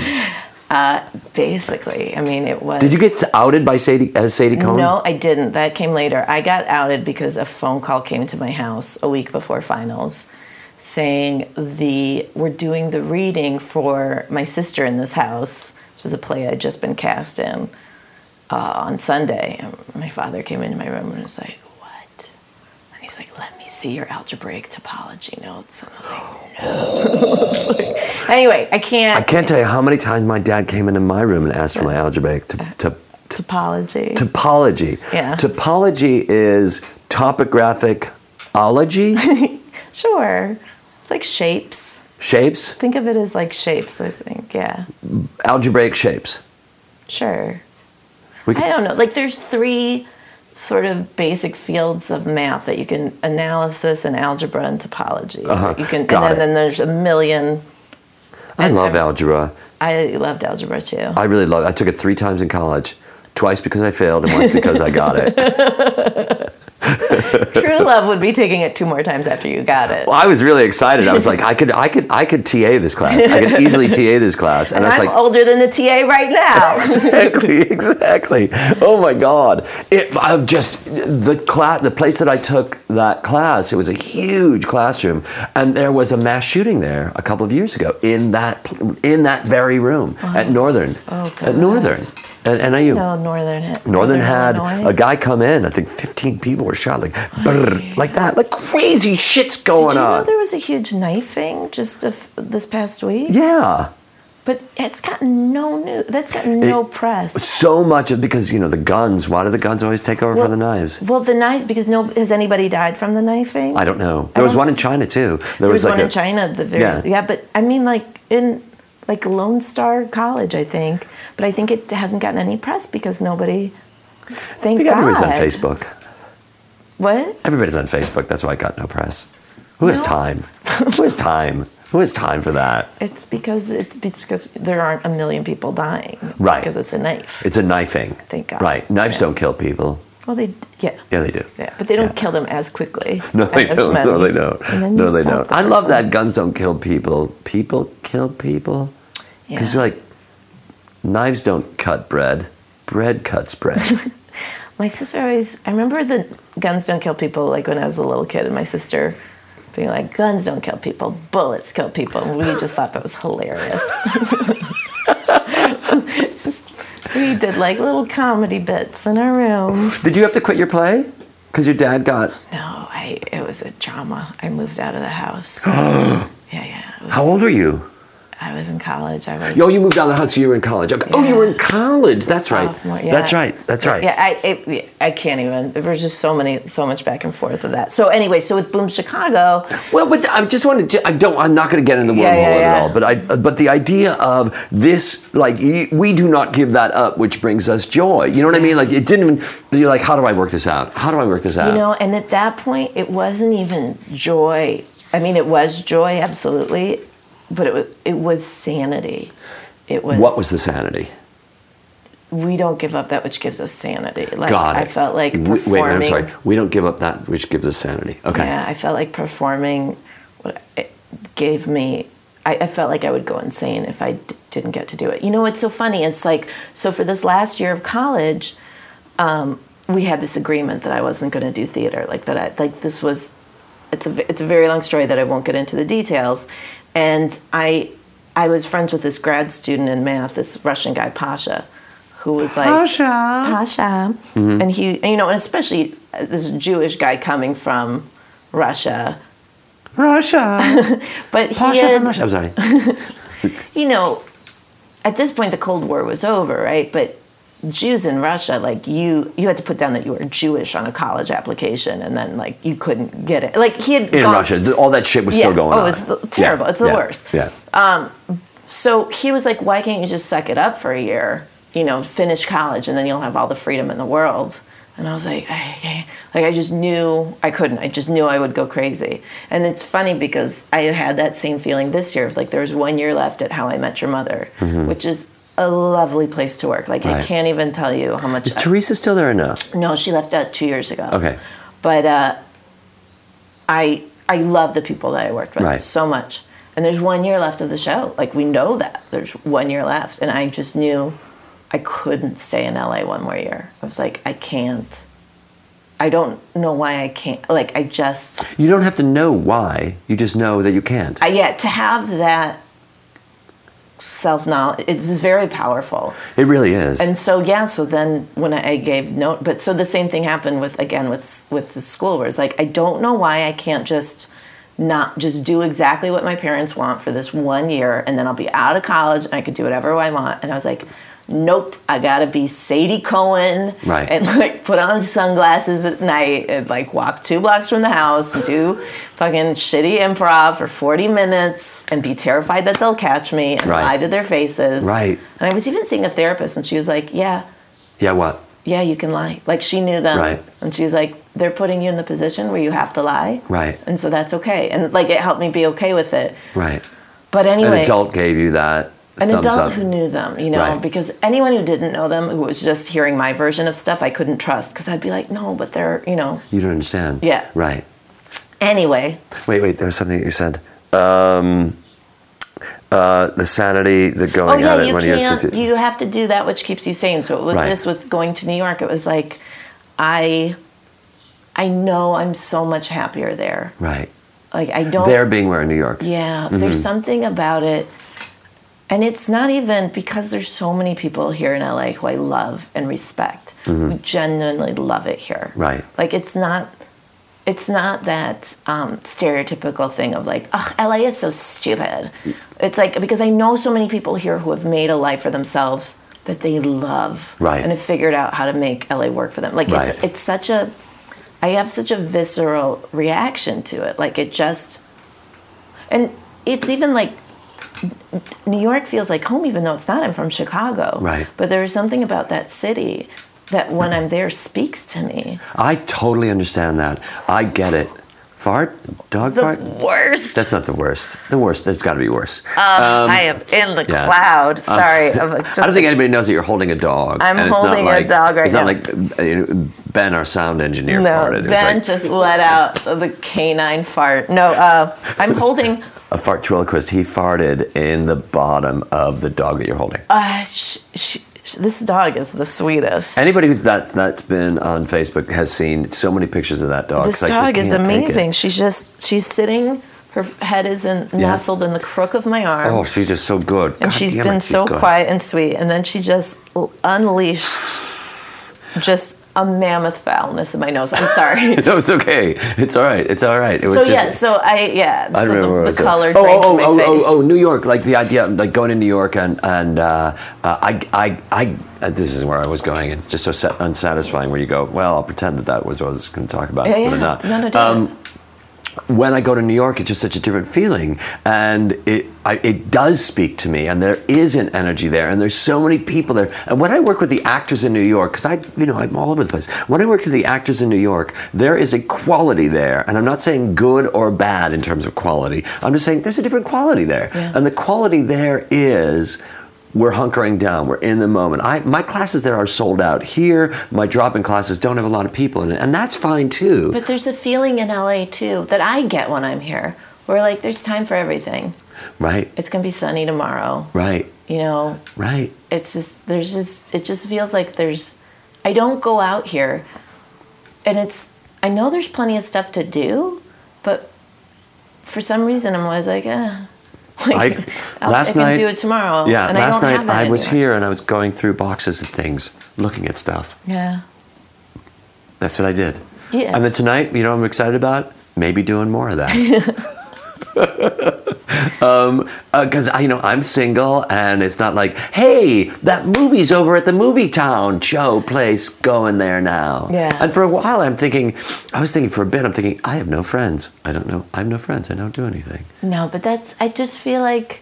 B: basically, I mean, it was.
C: Did you get outed by Sadie as Sadie Cohn?
B: No, I didn't. That came later. I got outed because a phone call came to my house a week before finals saying the we're doing the reading for my sister in this house, which is a play I'd just been cast in uh, on Sunday. And my father came into my room and was like, "What?" And he was like, "Let me see your algebraic topology notes." And I was like, "No." (laughs) anyway, I can't.
C: I can't tell you how many times my dad came into my room and asked for my algebraic to, to,
B: topology.
C: topology.
B: Yeah.
C: Topology is topographic (laughs) ology
B: sure, it's like shapes.
C: shapes,
B: Think of it as like shapes, I think. Yeah.
C: algebraic shapes.
B: Sure.
C: We
B: I don't know. Like there's three sort of basic fields of math that you can analysis and algebra and topology.
C: Uh-huh.
B: You can
C: Got
B: and then,
C: it.
B: then there's a million
C: I love
B: I've-
C: algebra.
B: I loved algebra too.
C: (laughs) I really love. I took it three times in college, twice because I failed and once because I got (laughs) it.
B: True love would be taking it two more times after you got it.
C: Well, I was really excited. I was like, I could, I could, I could TA this class. I could easily TA this class. And, I was
B: I'm
C: like,
B: older than the TA right
C: (laughs)
B: now. (laughs)
C: exactly, exactly. Oh my God! It, I'm just the class, the place that I took that class. It was a huge classroom, and there was a mass shooting there a couple of years ago in that in that very room at Northern.
B: Oh,
C: at
B: God.
C: Northern, at NIU.
B: no, Oh, Northern had
C: Northern had
B: Illinois.
C: a guy come in. I think 15 people were shot, like brrr, like that, like crazy shit's
B: Oh, Did
C: going
B: you know
C: on.
B: there was a huge knifing just a f this past week?
C: yeah.
B: But it's gotten no news. That's gotten no
C: It-
B: press.
C: so much of because you know the guns. Why do the guns always take over for the knives?
B: Well, the knife because no has anybody died from the knifing?
C: I don't know. There was
B: don't-
C: one in China too. There,
B: Oh. There was,
C: like
B: one
C: a,
B: in China. The very,
C: Yeah.
B: yeah. but I mean, like in like Lone Star College, I think. But I think it hasn't gotten any press because nobody.
C: I
B: Thank
C: think
B: God.
C: everybody's on Facebook.
B: What?
C: Everybody's on Facebook. That's why I got no press. Who has
B: No. (laughs)
C: time? Who has time? Who has time for that?
B: It's because it's, it's because there aren't a million people dying. It's
C: Right.
B: Because it's a knife.
C: It's a knifing.
B: Thank God.
C: Right. Knives
B: Yeah.
C: don't kill people.
B: well, they yeah.
C: Yeah, they do.
B: Yeah, but they don't
C: Yeah.
B: kill them as quickly.
C: (laughs) No, they
B: as
C: don't.
B: men.
C: No, they don't.
B: And then
C: No,
B: you
C: they
B: stop
C: don't.
B: the
C: I love
B: person.
C: that guns don't kill people. People kill people. Because
B: Yeah.
C: like, knives don't cut bread. Bread cuts
B: (laughs)
C: bread.
B: My sister always, I remember the guns don't kill people, like when I was a little kid, and my sister being like, guns don't kill people, bullets kill people. And we just thought that was hilarious. (laughs) It's just, we did like little comedy bits in our room.
C: Did you have to quit your play? Because your dad got.
B: No, I, it was a drama. I moved out of the
C: (gasps)
B: house. yeah, yeah. It was-
C: How old are you?
B: I was in college. I was.
C: Yo, you moved out of the house. You were in college. Okay. Oh, you were in college. That's right.
B: sophomore, yeah.
C: That's right. That's right.
B: Yeah, I it, I can't even. There was just so many, so much back and forth of that. So anyway, so with Boom Chicago,
C: Well, but I just wanted to. I don't. I'm not going to get into the wormhole
B: Yeah, yeah,
C: of it
B: yeah.
C: all. But I. But the idea of this, like, y- we do not give that up, which brings us joy. You know what I mean? Like, it didn't even. You're like, how do I work this out? How do I work this out?
B: You know, and at that point, it wasn't even joy. I mean, it was joy, absolutely, but it was it was sanity. It was
C: what was the sanity?
B: we don't give up that which gives us sanity. Like
C: Got it.
B: I felt like
C: W-
B: performing.
C: Wait, I'm sorry. We don't give up that which gives us sanity. Okay.
B: Yeah, I felt like performing. What it gave me, I, I felt like I would go insane if I d- didn't get to do it. You know, it's so funny. It's like so for this last year of college, um, we had this agreement that I wasn't going to do theater. Like that, I like this was. It's a v- it's a very long story that I won't get into the details, and I I was friends with this grad student in math, this Russian guy Pasha, who was like
C: Oh.
B: Pasha.
C: Mm-hmm.
B: And he, and, you know, and especially uh, this Jewish guy coming from Russia. (laughs)
C: Russia.
B: But he,
C: Pasha
B: had-
C: from Russia. I'm
B: (laughs)
C: sorry.
B: you know, at this point, the Cold War was over, right? But Jews in Russia, like you, you had to put down that you were Jewish on a college application, and then like you couldn't get it. Like he had
C: in
B: gone-
C: Russia. th- All that shit was still
B: Yeah.
C: going
B: Oh,
C: on.
B: it's the- terrible. It's the worst. Uh,
C: Yeah.
B: So he was like, why can't you just suck it up for a year? You know, finish college and then you'll have all the freedom in the world. And I was like, okay. Like, I just knew I couldn't. I just knew I would go crazy. And it's funny because I had that same feeling this year of like, there was one year left at How I Met Your Mother, which is a lovely place to work. Like, I
C: Mm-hmm. Right.
B: can't even tell you how much.
C: Is Teresa still there or no?
B: no, she left out two years ago
C: Okay.
B: but uh, I I love the people that I worked with
C: Right.
B: so much. And there's one year left of the show. Like we know that there's one year left, and I just knew I couldn't stay in LA one more year. I was like, I can't. I don't know why I can't. Like I just
C: You don't have to know why. You just know that you can't.
B: I, yeah to have that self knowledge. It's very powerful.
C: it really is.
B: And so yeah, so then when I I gave note, but so the same thing happened with again with s- with the school where it's like I don't know why I can't just not just do exactly what my parents want for this one year, and then I'll be out of college and I could do whatever I want. And I was like, nope, I gotta be Sadie Cohen,
C: Right.
B: And like put on sunglasses at night and like walk two blocks from the house and do fucking shitty improv for forty minutes and be terrified that they'll catch me and
C: Right.
B: lie to their faces,
C: Right.
B: and I was even seeing a therapist, and she was like, "Yeah,
C: yeah, what?
B: yeah, you can lie." Like she knew them,
C: Right.
B: and she was like, "They're putting you in the position where you have to lie,
C: Right.
B: and so that's okay." And like it helped me be okay with it.
C: Right.
B: But anyway,
C: An adult gave you that
B: an
C: thumbs
B: adult
C: up.
B: who knew them, you know,
C: Right.
B: because anyone who didn't know them, who was just hearing my version of stuff, I couldn't trust because I'd be like, "No, but they're," you know.
C: you don't understand.
B: Yeah.
C: Right.
B: Anyway,
C: Wait, wait. There was something that you said. Um, uh, the sanity, the
B: oh
C: going at
B: yeah,
C: it
B: you
C: when
B: can't.
C: you're
B: You have to do that which keeps you sane. So with
C: Right.
B: this, with going to New York, it was like, I, I know I'm so much happier there.
C: right.
B: Like I don't.
C: There being where in New York.
B: yeah,
C: Mm-hmm.
B: there's something about it, and it's not even because there's so many people here in LA who I love and respect, who genuinely love it here.
C: Mm-hmm. Right.
B: Like it's not. It's not that um, stereotypical thing of like, oh, LA is so stupid. It's like, because I know so many people here who have made a life for themselves that they love.
C: Right.
B: And have figured out how to make LA work for them. Like,
C: Right.
B: it's, it's such a, I have such a visceral reaction to it. Like it just, and it's even like New York feels like home, even though it's not. I'm from Chicago.
C: Right.
B: But there is something about that city that when I'm there speaks to me.
C: I totally understand that. I get it. Fart? Dog
B: The
C: fart?
B: worst. Ah,
C: That's not the worst. The worst. There's got to be worse.
B: I am in the
C: yeah.
B: cloud. Sorry.
C: I'm-
B: of- just-
C: (laughs) I don't think anybody knows that you're holding a dog.
B: I'm
C: and it's
B: holding a
C: not like,
B: dog right
C: It's
B: now.
C: not like uh, you know, Ben, our sound engineer,
B: no,
C: farted. It was
B: Ben
C: like
B: just let out the canine fart. No, uh,
C: (laughs)
B: I'm holding.
C: a fartriloquist. He farted in the bottom of the dog that you're holding.
B: Uh, sh- sh- sh- this dog is the sweetest.
C: Anybody who's that that's been on Facebook has seen so many pictures of that dog.
B: This
C: 'cause I just
B: dog is
C: can't take it.
B: amazing. She's just she's sitting. Her head is in, nestled in the crook of my arm,
C: Oh, she's just so good.
B: and
C: God
B: she's
C: damn
B: been
C: it,
B: so
C: good.
B: quiet and sweet. And then she just l- unleashed just a mammoth foulness in my nose. I'm
C: (laughs)
B: sorry.
C: (laughs) No, it's okay. It's all right. It's all right. It was
B: so
C: just,
B: yeah, so I yeah.
C: I
B: so
C: don't remember where I
B: the,
C: was
B: the
C: at.
B: color
C: oh,
B: drained
C: oh,
B: my
C: oh,
B: face.
C: oh, oh, New York. Like the idea, like going to New York and and uh, uh, I, I, I. Uh, this is where I was going. It's just so sa- unsatisfying where you go. Well, I'll pretend that that was what I was going to talk about,
B: Yeah,
C: but
B: yeah.
C: I'm not. Um,
B: No, no, do it.
C: when I go to New York, it's just such a different feeling, and it I, it does speak to me, and there is an energy there, and there's so many people there. And when I work with the actors in New York, because I you know I'm all over the place. When I work with the actors in New York, there is a quality there, and I'm not saying good or bad in terms of quality. I'm just saying there's a different quality there,
B: Yeah.
C: and the quality there is. We're hunkering down. We're in the moment. I, my classes there are sold out. Here, my drop-in classes don't have a lot of people in it, and that's fine too.
B: But there's a feeling in LA too that I get when I'm here. Where like there's time for everything.
C: right,
B: It's gonna be sunny tomorrow.
C: right,
B: You know,
C: right.
B: it's just there's just it just feels like there's I don't go out here and it's I know there's plenty of stuff to do, but for some reason I'm always (laughs) like, eh.
C: I,
B: I'll-
C: last
B: I can
C: night,
B: do it tomorrow.
C: Yeah,
B: and
C: last
B: I don't
C: night
B: have that
C: I was
B: anymore.
C: here and I was going through boxes of things, looking at stuff.
B: Yeah.
C: That's what I did.
B: Yeah. (laughs)
C: And then tonight, you know, what I'm excited about maybe doing more of that. because Um, uh, I you know I'm single, and it's not like, hey, that movie's over at the movie town show place. Go in there now.
B: Yeah.
C: And for a while, I'm thinking, I was thinking for a bit, I'm thinking, I have no friends. I don't know. I have no friends. I don't do anything.
B: No, but that's I just feel like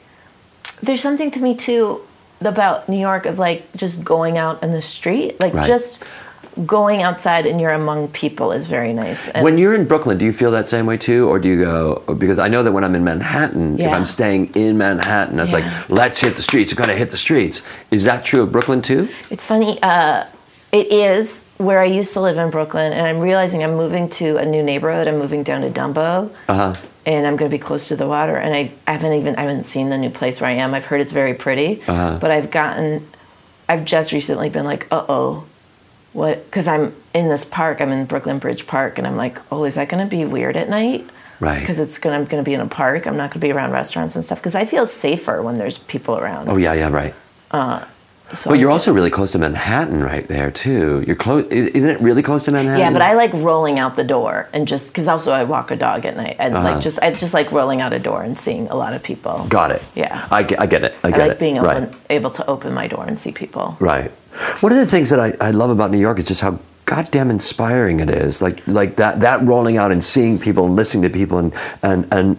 B: there's something to me too about New York of like just going out in the street, like
C: Right.
B: just going outside and you're among people is very nice. And
C: when you're in Brooklyn, do you feel that same way too, or do you go? Because I know that when I'm in Manhattan, if
B: Yeah.
C: I'm staying in Manhattan, it's
B: Yeah.
C: like let's hit the streets. You gotta hit the streets. Is that true of Brooklyn too?
B: it's funny, uh, it is where I used to live in Brooklyn, and I'm realizing I'm moving to a new neighborhood. I'm moving down to Dumbo,
C: Uh huh.
B: and I'm going to be close to the water. And I, I haven't even I haven't seen the new place where I am. I've heard it's very pretty,
C: Uh-huh.
B: but I've gotten, I've just recently been like, uh oh, what? Because I'm in this park. I'm in Brooklyn Bridge Park, and I'm like, oh, is that going to be weird at night?
C: Right.
B: Because it's gonna, I'm going to be in a park. I'm not going to be around restaurants and stuff. Because I feel safer when there's people around.
C: Oh yeah, yeah, right.
B: so
C: But you're
B: I'm-
C: also really close to Manhattan, right there too. You're close. Isn't it really close to Manhattan?
B: Yeah, but I like rolling out the door and just because also I walk a dog at night. I
C: Uh-huh.
B: like just I just like rolling out a door and seeing a lot of people.
C: got it.
B: Yeah.
C: I get, I get it. I
B: I
C: get
B: like
C: it.
B: being
C: right.
B: open, able to open my door and see people.
C: Right. One of the things that I, I love about New York is just how goddamn inspiring it is. Like like that that rolling out and seeing people and listening to people and and and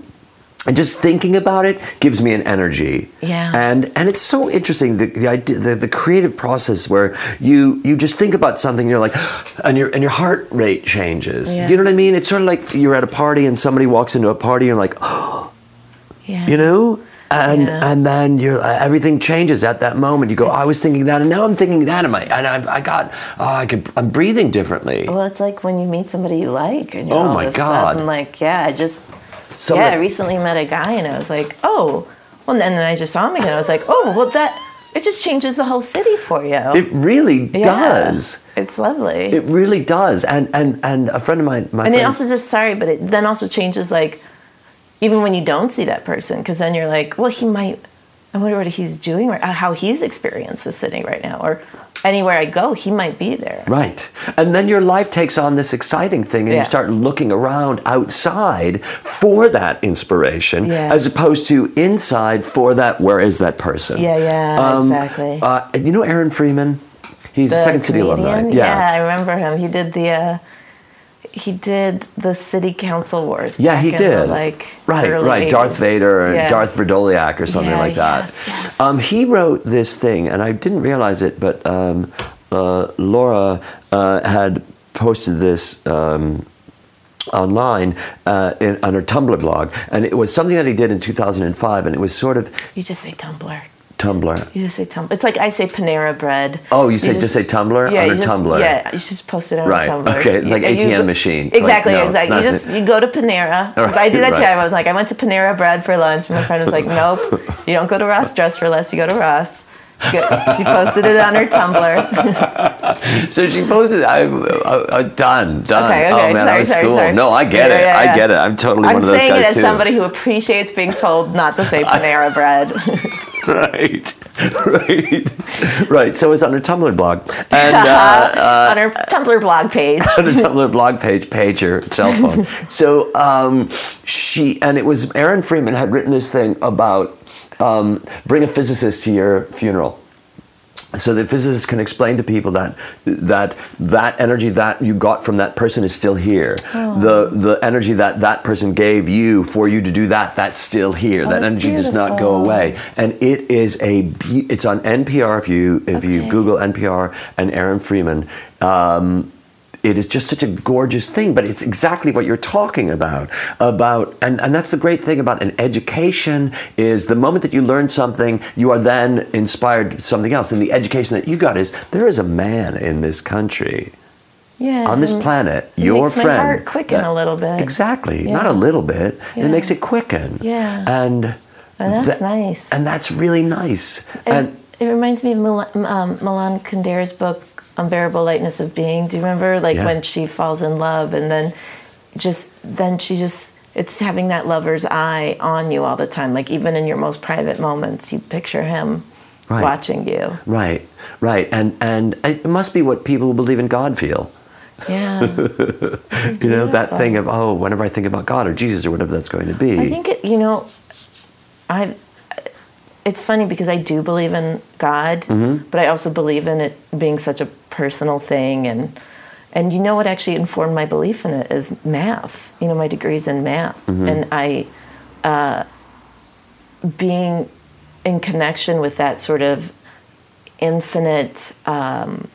C: and just thinking about it gives me an energy.
B: Yeah.
C: And and it's so interesting the the idea the, the creative process where you you just think about something and you're like (gasps) and your and your heart rate changes.
B: Yeah.
C: You know what I mean? It's sort of like you're at a party and somebody walks into a party and you're like,
B: Yeah.
C: (laughs) you know and
B: Yeah.
C: and then you're uh, everything changes at that moment you go i was thinking that and now i'm thinking that am i and i, I got oh, i could i'm breathing differently
B: Well, it's like when you meet somebody you like, and you're
C: Oh
B: all
C: my
B: of a
C: God.
B: sudden like, yeah, I just
C: so
B: yeah, I recently met a guy, and I was like, oh, well, and then I just saw him again. I was like, oh, well, that it just changes the whole city for you.
C: it really
B: Yeah.
C: does
B: It's lovely.
C: it really does and and and a friend of mine my
B: and it
C: friend
B: also just sorry, but it then also changes like even when you don't see that person, because then you're like, well, he might. I wonder what he's doing, right, uh, how he's experienced the city right now, or anywhere I go, he might be there.
C: Right. And then your life takes on this exciting thing, and you
B: Yeah.
C: start looking around outside for that inspiration
B: Yeah.
C: as opposed to inside for that, where is that person?
B: Yeah, yeah, exactly.
C: Uh, you know Aaron Freeman? He's a
B: The
C: Second City alumni.
B: comedian? Yeah. I remember him. He did the uh, he did the city council wars.
C: Yeah,
B: back
C: he
B: in
C: did.
B: The, like
C: right,
B: early
C: right.
B: 80s.
C: Darth Vader and
B: Yeah.
C: Darth Verdoliak or something
B: Yeah,
C: like that.
B: yes, yes.
C: Um, he wrote this thing, and I didn't realize it, but um, uh, Laura uh, had posted this. Um, online uh, in, on her Tumblr blog, and it was something that he did in 2005, and it was sort of
B: You just say Tumblr.
C: Tumblr.
B: You just say Tumblr. It's like I say Panera bread.
C: Oh, you say- just say Tumblr
B: yeah,
C: on
B: you
C: a
B: just,
C: Tumblr.
B: Yeah, you just post it on
C: Right,
B: a Tumblr.
C: okay, it's like
B: And
C: ATM machine. Like,
B: Exactly,
C: no, it's
B: exactly.
C: not-
B: you just you go to Panera.
C: All (laughs) right,
B: I do that too.
C: right.
B: I was like, I went to Panera bread for lunch, and my friend was
C: (laughs)
B: like, Nope, you don't go to Ross Dress for Less. You go to Ross. She go- she posted it on her
C: (laughs)
B: Tumblr.
C: So she posted. I'm uh, uh, done, done.
B: Okay, okay,
C: oh man, that
B: sorry,
C: was
B: sorry,
C: cool.
B: sorry.
C: No, I get
B: Yeah,
C: it.
B: yeah,
C: I
B: yeah.
C: get it. I'm totally
B: I'm
C: one of those
B: saying
C: guys
B: it as
C: too.
B: somebody who appreciates being told not to
C: (laughs)
B: say Panera bread.
C: right, right, right. So it's on her Tumblr blog and
B: (laughs)
C: uh,
B: on her Tumblr blog page.
C: on her Tumblr blog page, pager, cell phone.
B: (laughs)
C: so um, she and it was Aaron Freeman had written this thing about um, bring a physicist to your funeral. So the physicists can explain to people that that that energy that you got from that person is still here.
B: Oh.
C: The the energy that that person gave you for you to do that that's still here. that
B: Oh, that's
C: energy does not go
B: beautiful.
C: away, and it is a be- it's on NPR. If you if you
B: Okay.
C: Google NPR and Aaron Freeman. Um, it is just such a gorgeous thing, but it's exactly what you're talking about. About and, and that's the great thing about an education is the moment that you learn something, you are then inspired to something else. And the education that you got is there is a man in this country,
B: Yeah.
C: on this
B: and
C: planet,
B: Mm-hmm. it
C: your
B: makes
C: friend.
B: my heart quicken a little bit.
C: Exactly,
B: Yeah.
C: not a little bit. It
B: Yeah.
C: makes it quicken.
B: Yeah.
C: and
B: And that's
C: tha-
B: nice.
C: And that's really nice.
B: And it reminds me of Mil- um, Milan Kundera's book, Unbearable Lightness of Being. Do you remember, like
C: Yeah.
B: when she falls in love, and then just then she just it's having that lover's eye on you all the time. Like even in your most private moments, you picture him
C: Right.
B: watching you.
C: Right, right, and and it must be what people who believe in God feel. (laughs)
B: Yeah.
C: You know, that
B: Beautiful.
C: thing of, oh, whenever I think about God or Jesus or whatever that's going to be.
B: I think it, you know, I. It's funny because I do believe in God, but I also believe in it being such a personal thing, and and you know what actually informed my belief in it is math. You know, my degree's in math, and I uh, being in connection with that sort of infinite, um,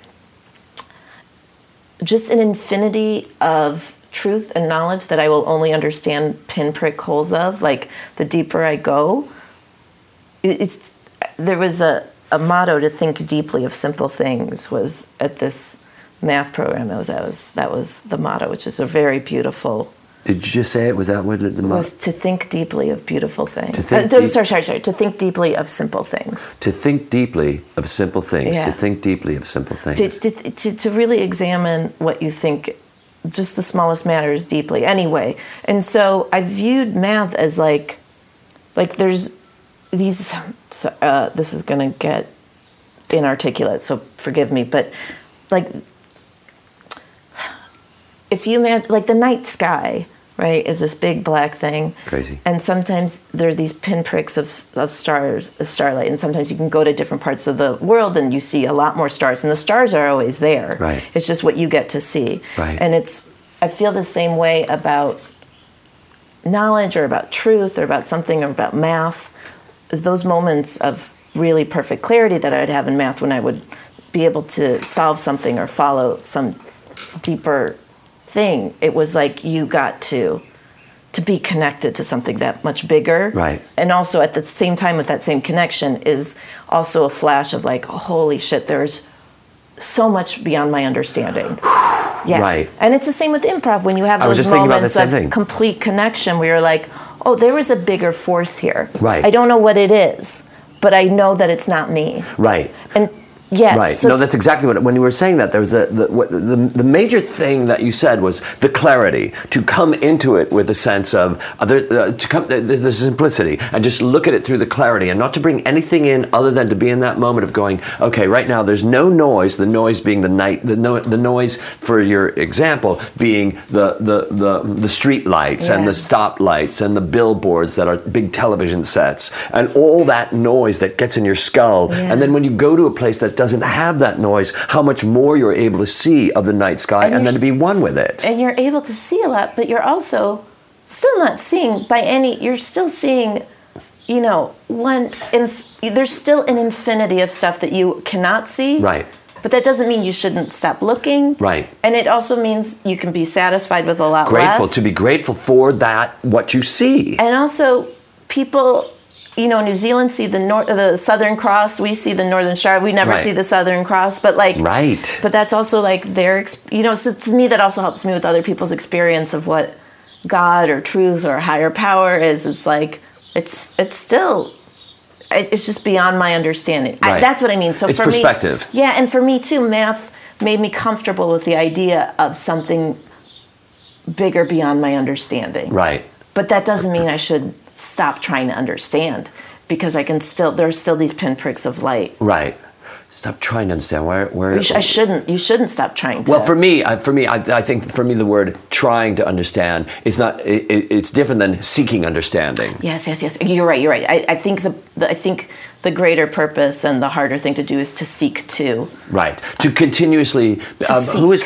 B: just an infinity of truth and knowledge that I will only understand pinprick holes of. Like the deeper I go, it- it's there was a, a motto to think deeply of simple things was at this math program that was that was that was the motto, which is a very beautiful
C: Did you just say it? Was that what it
B: was
C: was?
B: to think deeply of beautiful things.
C: think
B: Uh, th-
C: deep-
B: sorry, sorry, sorry. To think deeply of simple things.
C: To think deeply of simple things. To
B: Yeah.
C: think deeply of simple things.
B: to, to, to, to really examine what you think just the smallest matters deeply anyway and so i viewed math as like like there's these so, uh, this is gonna get inarticulate so forgive me but like if you man like the night sky right is this big black thing
C: Crazy.
B: and sometimes there are these pinpricks of, of stars of starlight and sometimes you can go to different parts of the world and you see a lot more stars and the stars are always there
C: Right.
B: it's just what you get to see
C: Right.
B: and it's i feel the same way about knowledge or about truth or about something or about math those moments of really perfect clarity that i'd have in math when i would be able to solve something or follow some deeper thing it was like you got to to be connected to something that much bigger
C: Right.
B: and also at the same time with that same connection is also a flash of like holy shit there's so much beyond my
C: (sighs)
B: understanding yeah
C: Right.
B: and it's the same with improv when you have
C: I was
B: those
C: just thinking about the
B: moments
C: same
B: of
C: thing.
B: complete connection where you're like, oh, there is a bigger force here.
C: Right.
B: I don't know what it is, but I know that it's not me.
C: right.
B: And yeah.
C: Right.
B: so-
C: no, that's exactly what. When you were saying that, there was a, the, what, the the major thing that you said was the clarity to come into it with a sense of other uh, to come. There's the simplicity and just look at it through the clarity and not to bring anything in other than to be in that moment of going, okay, right now there's no noise. The noise being the night. The, no, the noise for your example being the the the, the street lights and
B: Yeah.
C: the stoplights and the billboards that are big television sets and all that noise that gets in your skull
B: Yeah.
C: and then when you go to a place that doesn't have that noise, how much more you're able to see of the night sky and,
B: And
C: then to
B: you're
C: be one with it.
B: and you're able to see a lot, but you're also still not seeing by any. You're still seeing, you know, one. Inf- there's still an infinity of stuff that you cannot see.
C: Right.
B: But that doesn't mean you shouldn't stop looking.
C: Right.
B: And it also means you can be satisfied with a lot
C: Grateful
B: less.
C: to be grateful for that what you see.
B: and also people you know new zealand see the nor- the southern cross we see the northern star we never
C: Right.
B: see the southern cross but like
C: Right.
B: but that's also like their ex- you know so to me that also helps me with other people's experience of what god or truth or higher power is it's like it's it's still it- it's just beyond my understanding I,
C: Right.
B: that's what i mean so
C: It's
B: for
C: perspective.
B: me yeah and for me too math made me comfortable with the idea of something bigger beyond my understanding
C: right.
B: but that doesn't mean I should stop trying to understand because I can still there's still these pinpricks of light.
C: Right. Stop trying to understand where where
B: You sh- I shouldn't. You shouldn't stop trying to.
C: Well, for me, I, for me, I, I think for me, the word "trying to understand" is not. i i- it's different than seeking understanding.
B: yes, yes, yes. You're right. You're right. I, I think the, the I think the greater purpose and the harder thing to do is to seek to
C: Right. To continuously. um, who is?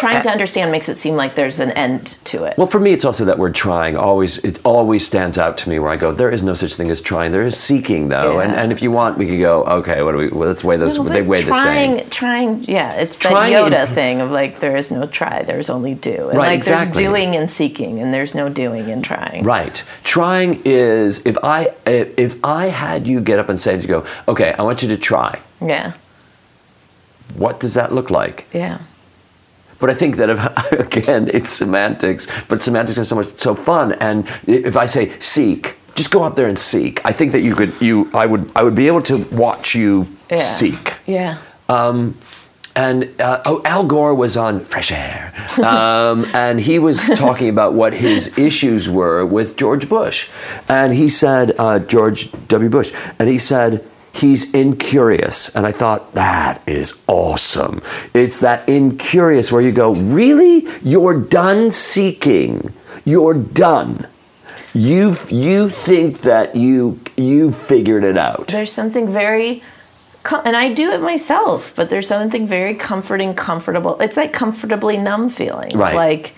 B: trying to understand makes it seem like there's an end to it.
C: Uh, Well, for me, it's also that word trying. Always, it always stands out to me where I go. There is no such thing as trying. There is seeking, though. And
B: Yeah.
C: and if you want, we could go. Okay, what do we? Well, let's weigh those.
B: No,
C: they
B: but
C: weigh
B: trying,
C: the same.
B: Trying, yeah, it's that
C: Trying in-
B: Yoda thing of like there is no try, there's only do, and
C: Right,
B: like
C: exactly.
B: there's doing and seeking, and there's no doing and trying.
C: Right. Trying is if I if, if I had you get up on stage and go, okay, I want you to try.
B: Yeah,
C: What does that look like?
B: yeah.
C: But I think that if, (laughs) again, it's semantics. But semantics are so much so fun. And if I say seek, just go up there and seek. I think that you could you I would I would be able to watch you
B: Yeah.
C: seek.
B: Yeah.
C: And uh, oh, Al Gore was on Fresh Air, um, (laughs) and he was talking about what his issues were with George Bush, and he said uh, George W. Bush, and he said He's incurious. And I thought, that is awesome. It's that incurious where you go, really? You're done seeking. You're done. You you think that you you figured it out. (laughs)
B: there's something very com- and I do it myself, but there's something very comforting, comfortable. It's like comfortably numb feeling.
C: Right.
B: Like,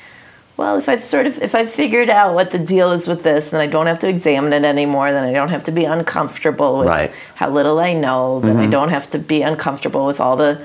B: well, if I've sort of if I've figured out what the deal is with this, then I don't have to examine it anymore. Then I don't have to be uncomfortable with
C: Right. Mm-hmm.
B: how little I know. Then I don't have to be uncomfortable with all the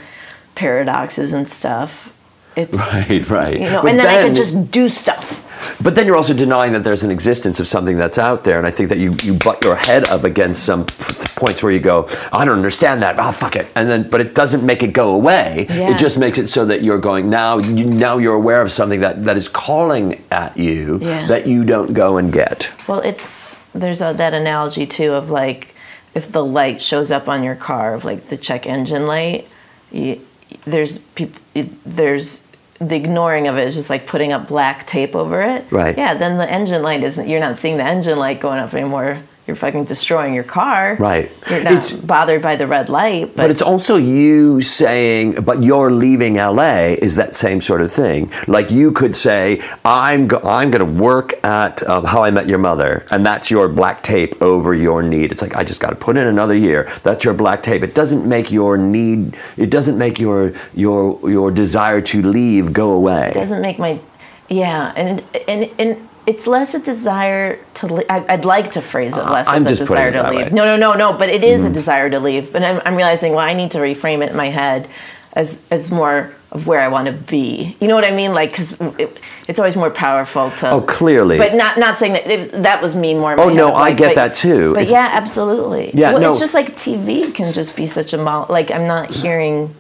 B: paradoxes and stuff. It's
C: Right, right.
B: you know,
C: But
B: and then, I
C: then-
B: can just do stuff.
C: But then you're also denying that there's an existence of something that's out there, and I think that you, you butt your head up against some p- points where you go, I don't understand that. Ah, fuck it. And then, but it doesn't make it go away.
B: Yeah.
C: It just makes it so that you're going now. You, now you're aware of something that, that is calling at you
B: Yeah.
C: that you don't go and get.
B: Well, it's there's a, that analogy too of like if the light shows up on your car of like the check engine light, you, there's people there's the ignoring of it is just like putting up black tape over it.
C: Right.
B: Yeah, then the engine light isn't you're not seeing the engine light going up anymore. You're fucking destroying your car.
C: Right.
B: You're not
C: It's-
B: bothered by the red light, but,
C: But it's also you saying, but you're leaving LA is that same sort of thing. Like you could say, I'm go- I'm going to work at um, How I Met Your Mother, and that's your black tape over your need. It's like I just got to put in another year. That's your black tape. It doesn't make your need. It doesn't make your your your desire to leave go away.
B: doesn't make my yeah and and and it's less a desire to leave. I'd like to phrase it less
C: Uh, I'm
B: as
C: just
B: a
C: putting
B: desire
C: it
B: to
C: that
B: leave.
C: way. Mm-hmm.
B: No, no, no, no. But it is a desire to leave, and I'm, I'm realizing well, I need to reframe it in my head as as more of where I want to be. You know what I mean? Like because it, it's always more powerful to.
C: Oh, clearly.
B: But not not saying that it, that was me more. in my
C: Oh,
B: head
C: no,
B: of,
C: I
B: like,
C: get
B: but-
C: that, too.
B: But
C: It's-
B: yeah, absolutely.
C: Yeah,
B: well,
C: no.
B: it's just like TV can just be such a mo- like I'm not hearing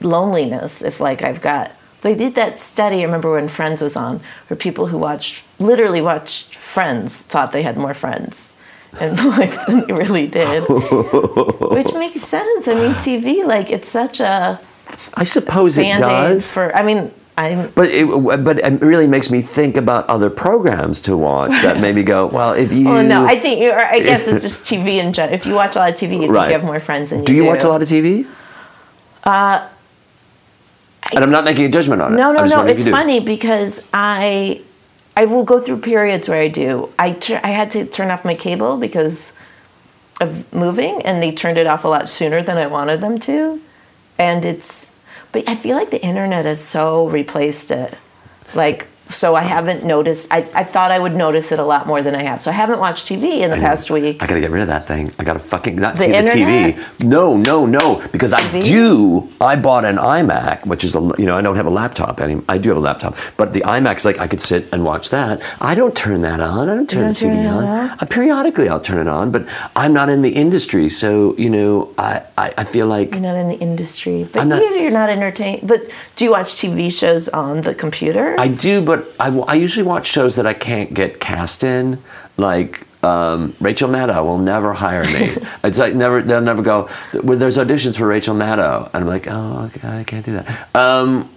B: loneliness if like I've got they did that study I remember when Friends was on where people who watched literally watched Friends thought they had more friends (laughs) and like than they really
C: (laughs)
B: did which makes sense I mean TV like it's such a
C: I suppose it
B: band aid
C: does.
B: for I mean I'm
C: But it, but it really makes me think about other programs to watch
B: (laughs)
C: that maybe go, well, if you.
B: oh no I think you are I guess it's
C: (laughs)
B: just TV in general if you watch a lot of TV you think
C: Right.
B: you have more friends than you
C: Do you watch a lot of TV? Uh, and I'm not making a judgment on it.
B: No, no,
C: I'm just
B: no.
C: wondering if
B: It's
C: you do.
B: funny because I I will go through periods where I do. I tur- I had to turn off my cable because of moving, and they turned it off a lot sooner than I wanted them to. And it's, but I feel like the internet has so replaced it. Like, so I haven't noticed. I, I thought I would notice it a lot more than I have. So I haven't watched TV in the past week.
C: I gotta get rid of that thing. I gotta fucking not
B: The
C: see the
B: internet?
C: TV. No, no, no. Because I
B: TV?
C: do. I bought an iMac, which is a you know I don't have a laptop anymore. I do have a laptop, but the iMac's like I could sit and watch that. I don't turn that on. I don't turn
B: don't
C: the TV
B: turn it
C: on.
B: on?
C: Uh, periodically I'll turn it on, but I'm not in the industry, so you know I I, I feel like
B: You're not in the industry, but
C: I'm not-
B: you- you're not entertained. But do you watch TV shows on the computer?
C: I do, but I, I usually watch shows that I can't get cast in. Like um, Rachel Maddow will never hire me. it's like never they'll never go. Well, there's auditions for Rachel Maddow, and I'm like, oh, okay, I can't do that. Um,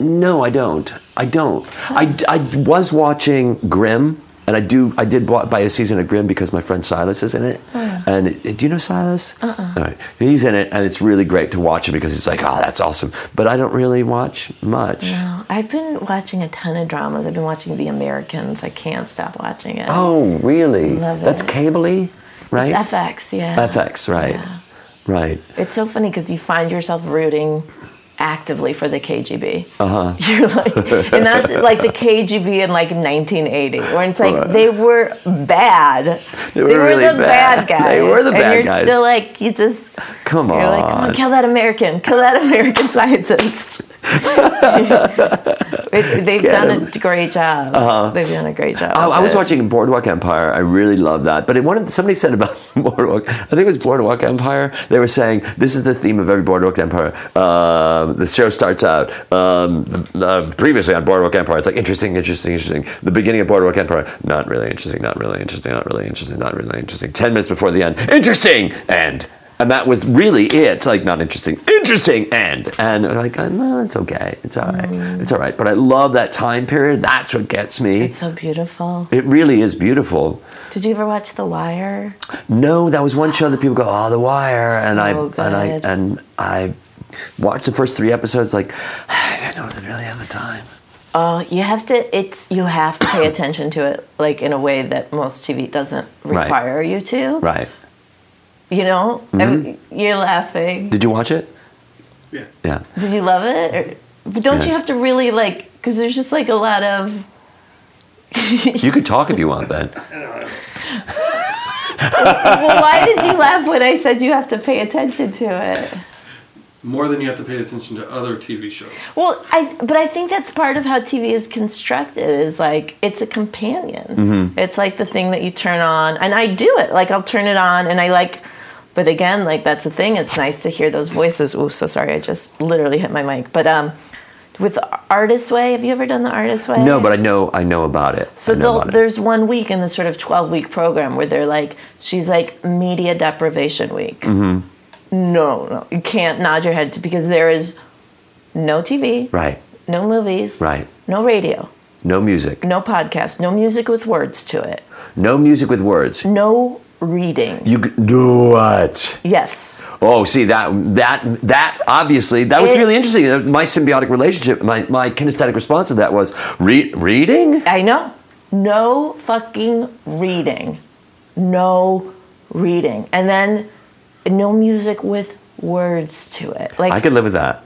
C: no, I don't. I don't. I, I was watching Grimm, and I do. I did bu- buy a season of Grimm because my friend Silas is in it. And it- do you know Silas? Uh-uh. right, he's in it, and it's really great to watch him because it's like, oh, that's awesome. But I don't really watch much.
B: Oh, I've been watching a ton of dramas. I've been watching The Americans. I can't stop watching it.
C: Oh, really?
B: Love
C: That's
B: it.
C: cable right?
B: It's FX, yeah.
C: FX, right.
B: Yeah.
C: Right.
B: It's so funny because you find yourself rooting actively for the KGB. Uh-huh. (laughs) You're like, and
C: (laughs)
B: that's like the KGB in like 1980, where it's like
C: Right.
B: they were bad.
C: They were really
B: the bad.
C: bad.
B: guys.
C: They were the bad
B: and you're
C: guys.
B: still like, you just,
C: Come on.
B: you're like, come on, kill that American, kill that American (laughs)
C: (laughs)
B: scientist. It- They've
C: Get
B: done
C: him.
B: a great job. They've done a great job.
C: Oh, I
B: with
C: was
B: it.
C: watching Boardwalk Empire. I really love that. But it, one of the, somebody said about (laughs) Boardwalk, I think it was Boardwalk Empire. They were saying this is the theme of every Boardwalk Empire. Um, the show starts out um, the, uh, previously on Boardwalk Empire. It's like interesting, interesting, interesting. The beginning of Boardwalk Empire, not really interesting, not really interesting, not really interesting, not really interesting. Ten minutes before the end, interesting and And that was really it. Like, not interesting. Interesting. End. And I'm like, oh, no, it's okay. It's all right. It's all right. But I love that time period. That's what gets me.
B: It's so beautiful.
C: it really is beautiful.
B: Did you ever watch The Wire?
C: No, that was one show that people go, "Oh, The Wire," and I
B: So
C: and I
B: good.
C: and I watched the first three episodes. Like, I don't really have the time.
B: Oh, you have to. It's you have to
C: (coughs)
B: pay attention to it, like in a way that most TV doesn't
C: Right.
B: require you to.
C: Right? Mm-hmm.
B: You know, Every- you're laughing.
C: Did you watch it?
D: Yeah.
C: Yeah.
B: Did you love it? Or, but don't
C: Yeah.
B: you have to really like? Because there's just like a lot of.
C: You could talk if you want, Ben.
B: (laughs) Well, why did you laugh when I said you have to pay attention to it?
D: More than you have to pay attention to other TV shows.
B: Well, I but I think that's part of how TV is constructed. Is like it's a companion.
C: Mm-hmm.
B: It's like the thing that you turn on, and I do it. Like I'll turn it on, and I like. But again, like that's the thing. It's nice to hear those voices. Oh, so sorry, I just literally hit my mic. But um, with Artist Way, have you ever done the Artist Way?
C: No, but I know I know about it.
B: So
C: I know
B: they'll-
C: about it.
B: there's one week in the sort of 12 week program where they're like, she's like media deprivation week.
C: Mm-hmm.
B: No, no, you can't nod your head to, because there is no TV,
C: right,
B: no movies,
C: right.
B: no radio,
C: No music.
B: no podcast, no music with words to it,
C: No music with words.
B: no reading.
C: You could- do what?
B: Yes.
C: Oh, see that that that obviously that was
B: It-
C: really interesting. My symbiotic relationship, my my kinesthetic response to that was re- reading.
B: I know. No fucking reading. No reading. And then no music with words to it. Like
C: I could live with that.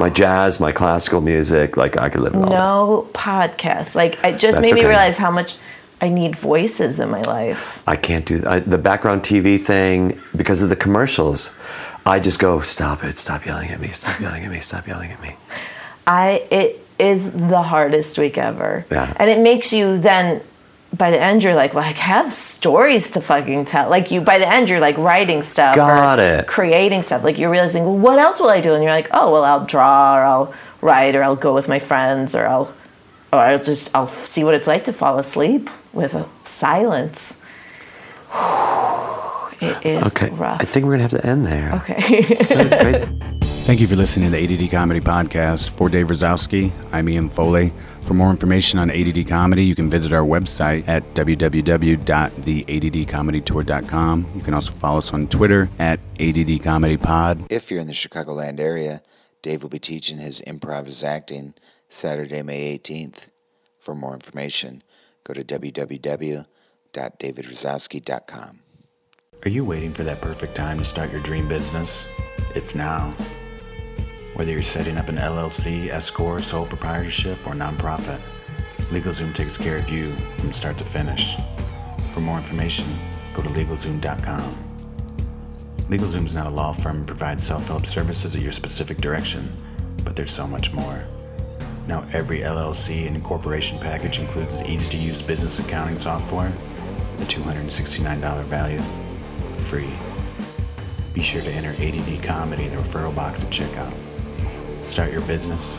C: My jazz, my classical music, like I could live with all that.
B: no podcast. Like it just
C: That's
B: made me
C: okay.
B: realize how much I need voices in my life.
C: I can't do I, the background TV thing because of the commercials. I just go, stop it, stop yelling at me, stop yelling at me, stop yelling at me.
B: I it is the hardest week ever.
C: Yeah.
B: And it makes you then by the end you're like, well, I have stories to fucking tell. Like you by the end you're like writing stuff. or
C: Got it.
B: Creating stuff. Like you're realizing, well, what else will I do? And you're like, oh well I'll draw or I'll write or I'll go with my friends or I'll or I'll just I'll see what it's like to fall asleep with a silence. (sighs) It is
C: Okay,
B: rough.
C: I think we're gonna have to end there.
B: (laughs) okay.
C: That's crazy.
E: Thank you for listening to the ADD Comedy Podcast. For Dave Rosowski, I'm Ian Foley. For more information on ADD Comedy, you can visit our website at www.theaddcomedytour.com. You can also follow us on Twitter at ADD Comedy Pod.
A: If you're in the Chicagoland area, Dave will be teaching his improv is acting Saturday, May 18th. For more information, go to www.davidrozowski.com. Are you waiting for that perfect time to start your dream business? It's now. Whether you're setting up an LLC, S corp, sole proprietorship, or nonprofit, LegalZoom takes care of you from start to finish. For more information, go to legalzoom.com. LegalZoom is not a law firm and provides self-help services at your specific direction, but there's so much more. Now every LLC and corporation package includes the easy-to-use business accounting software, the $269 value, free. Be sure to enter ADD Comedy in the referral box at checkout. Start your business,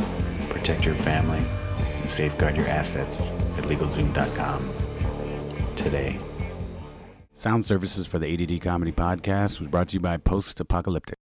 A: protect your family, and safeguard your assets at LegalZoom.com today.
E: Sound services for the ADD Comedy Podcast was brought to you by Post Apocalyptic.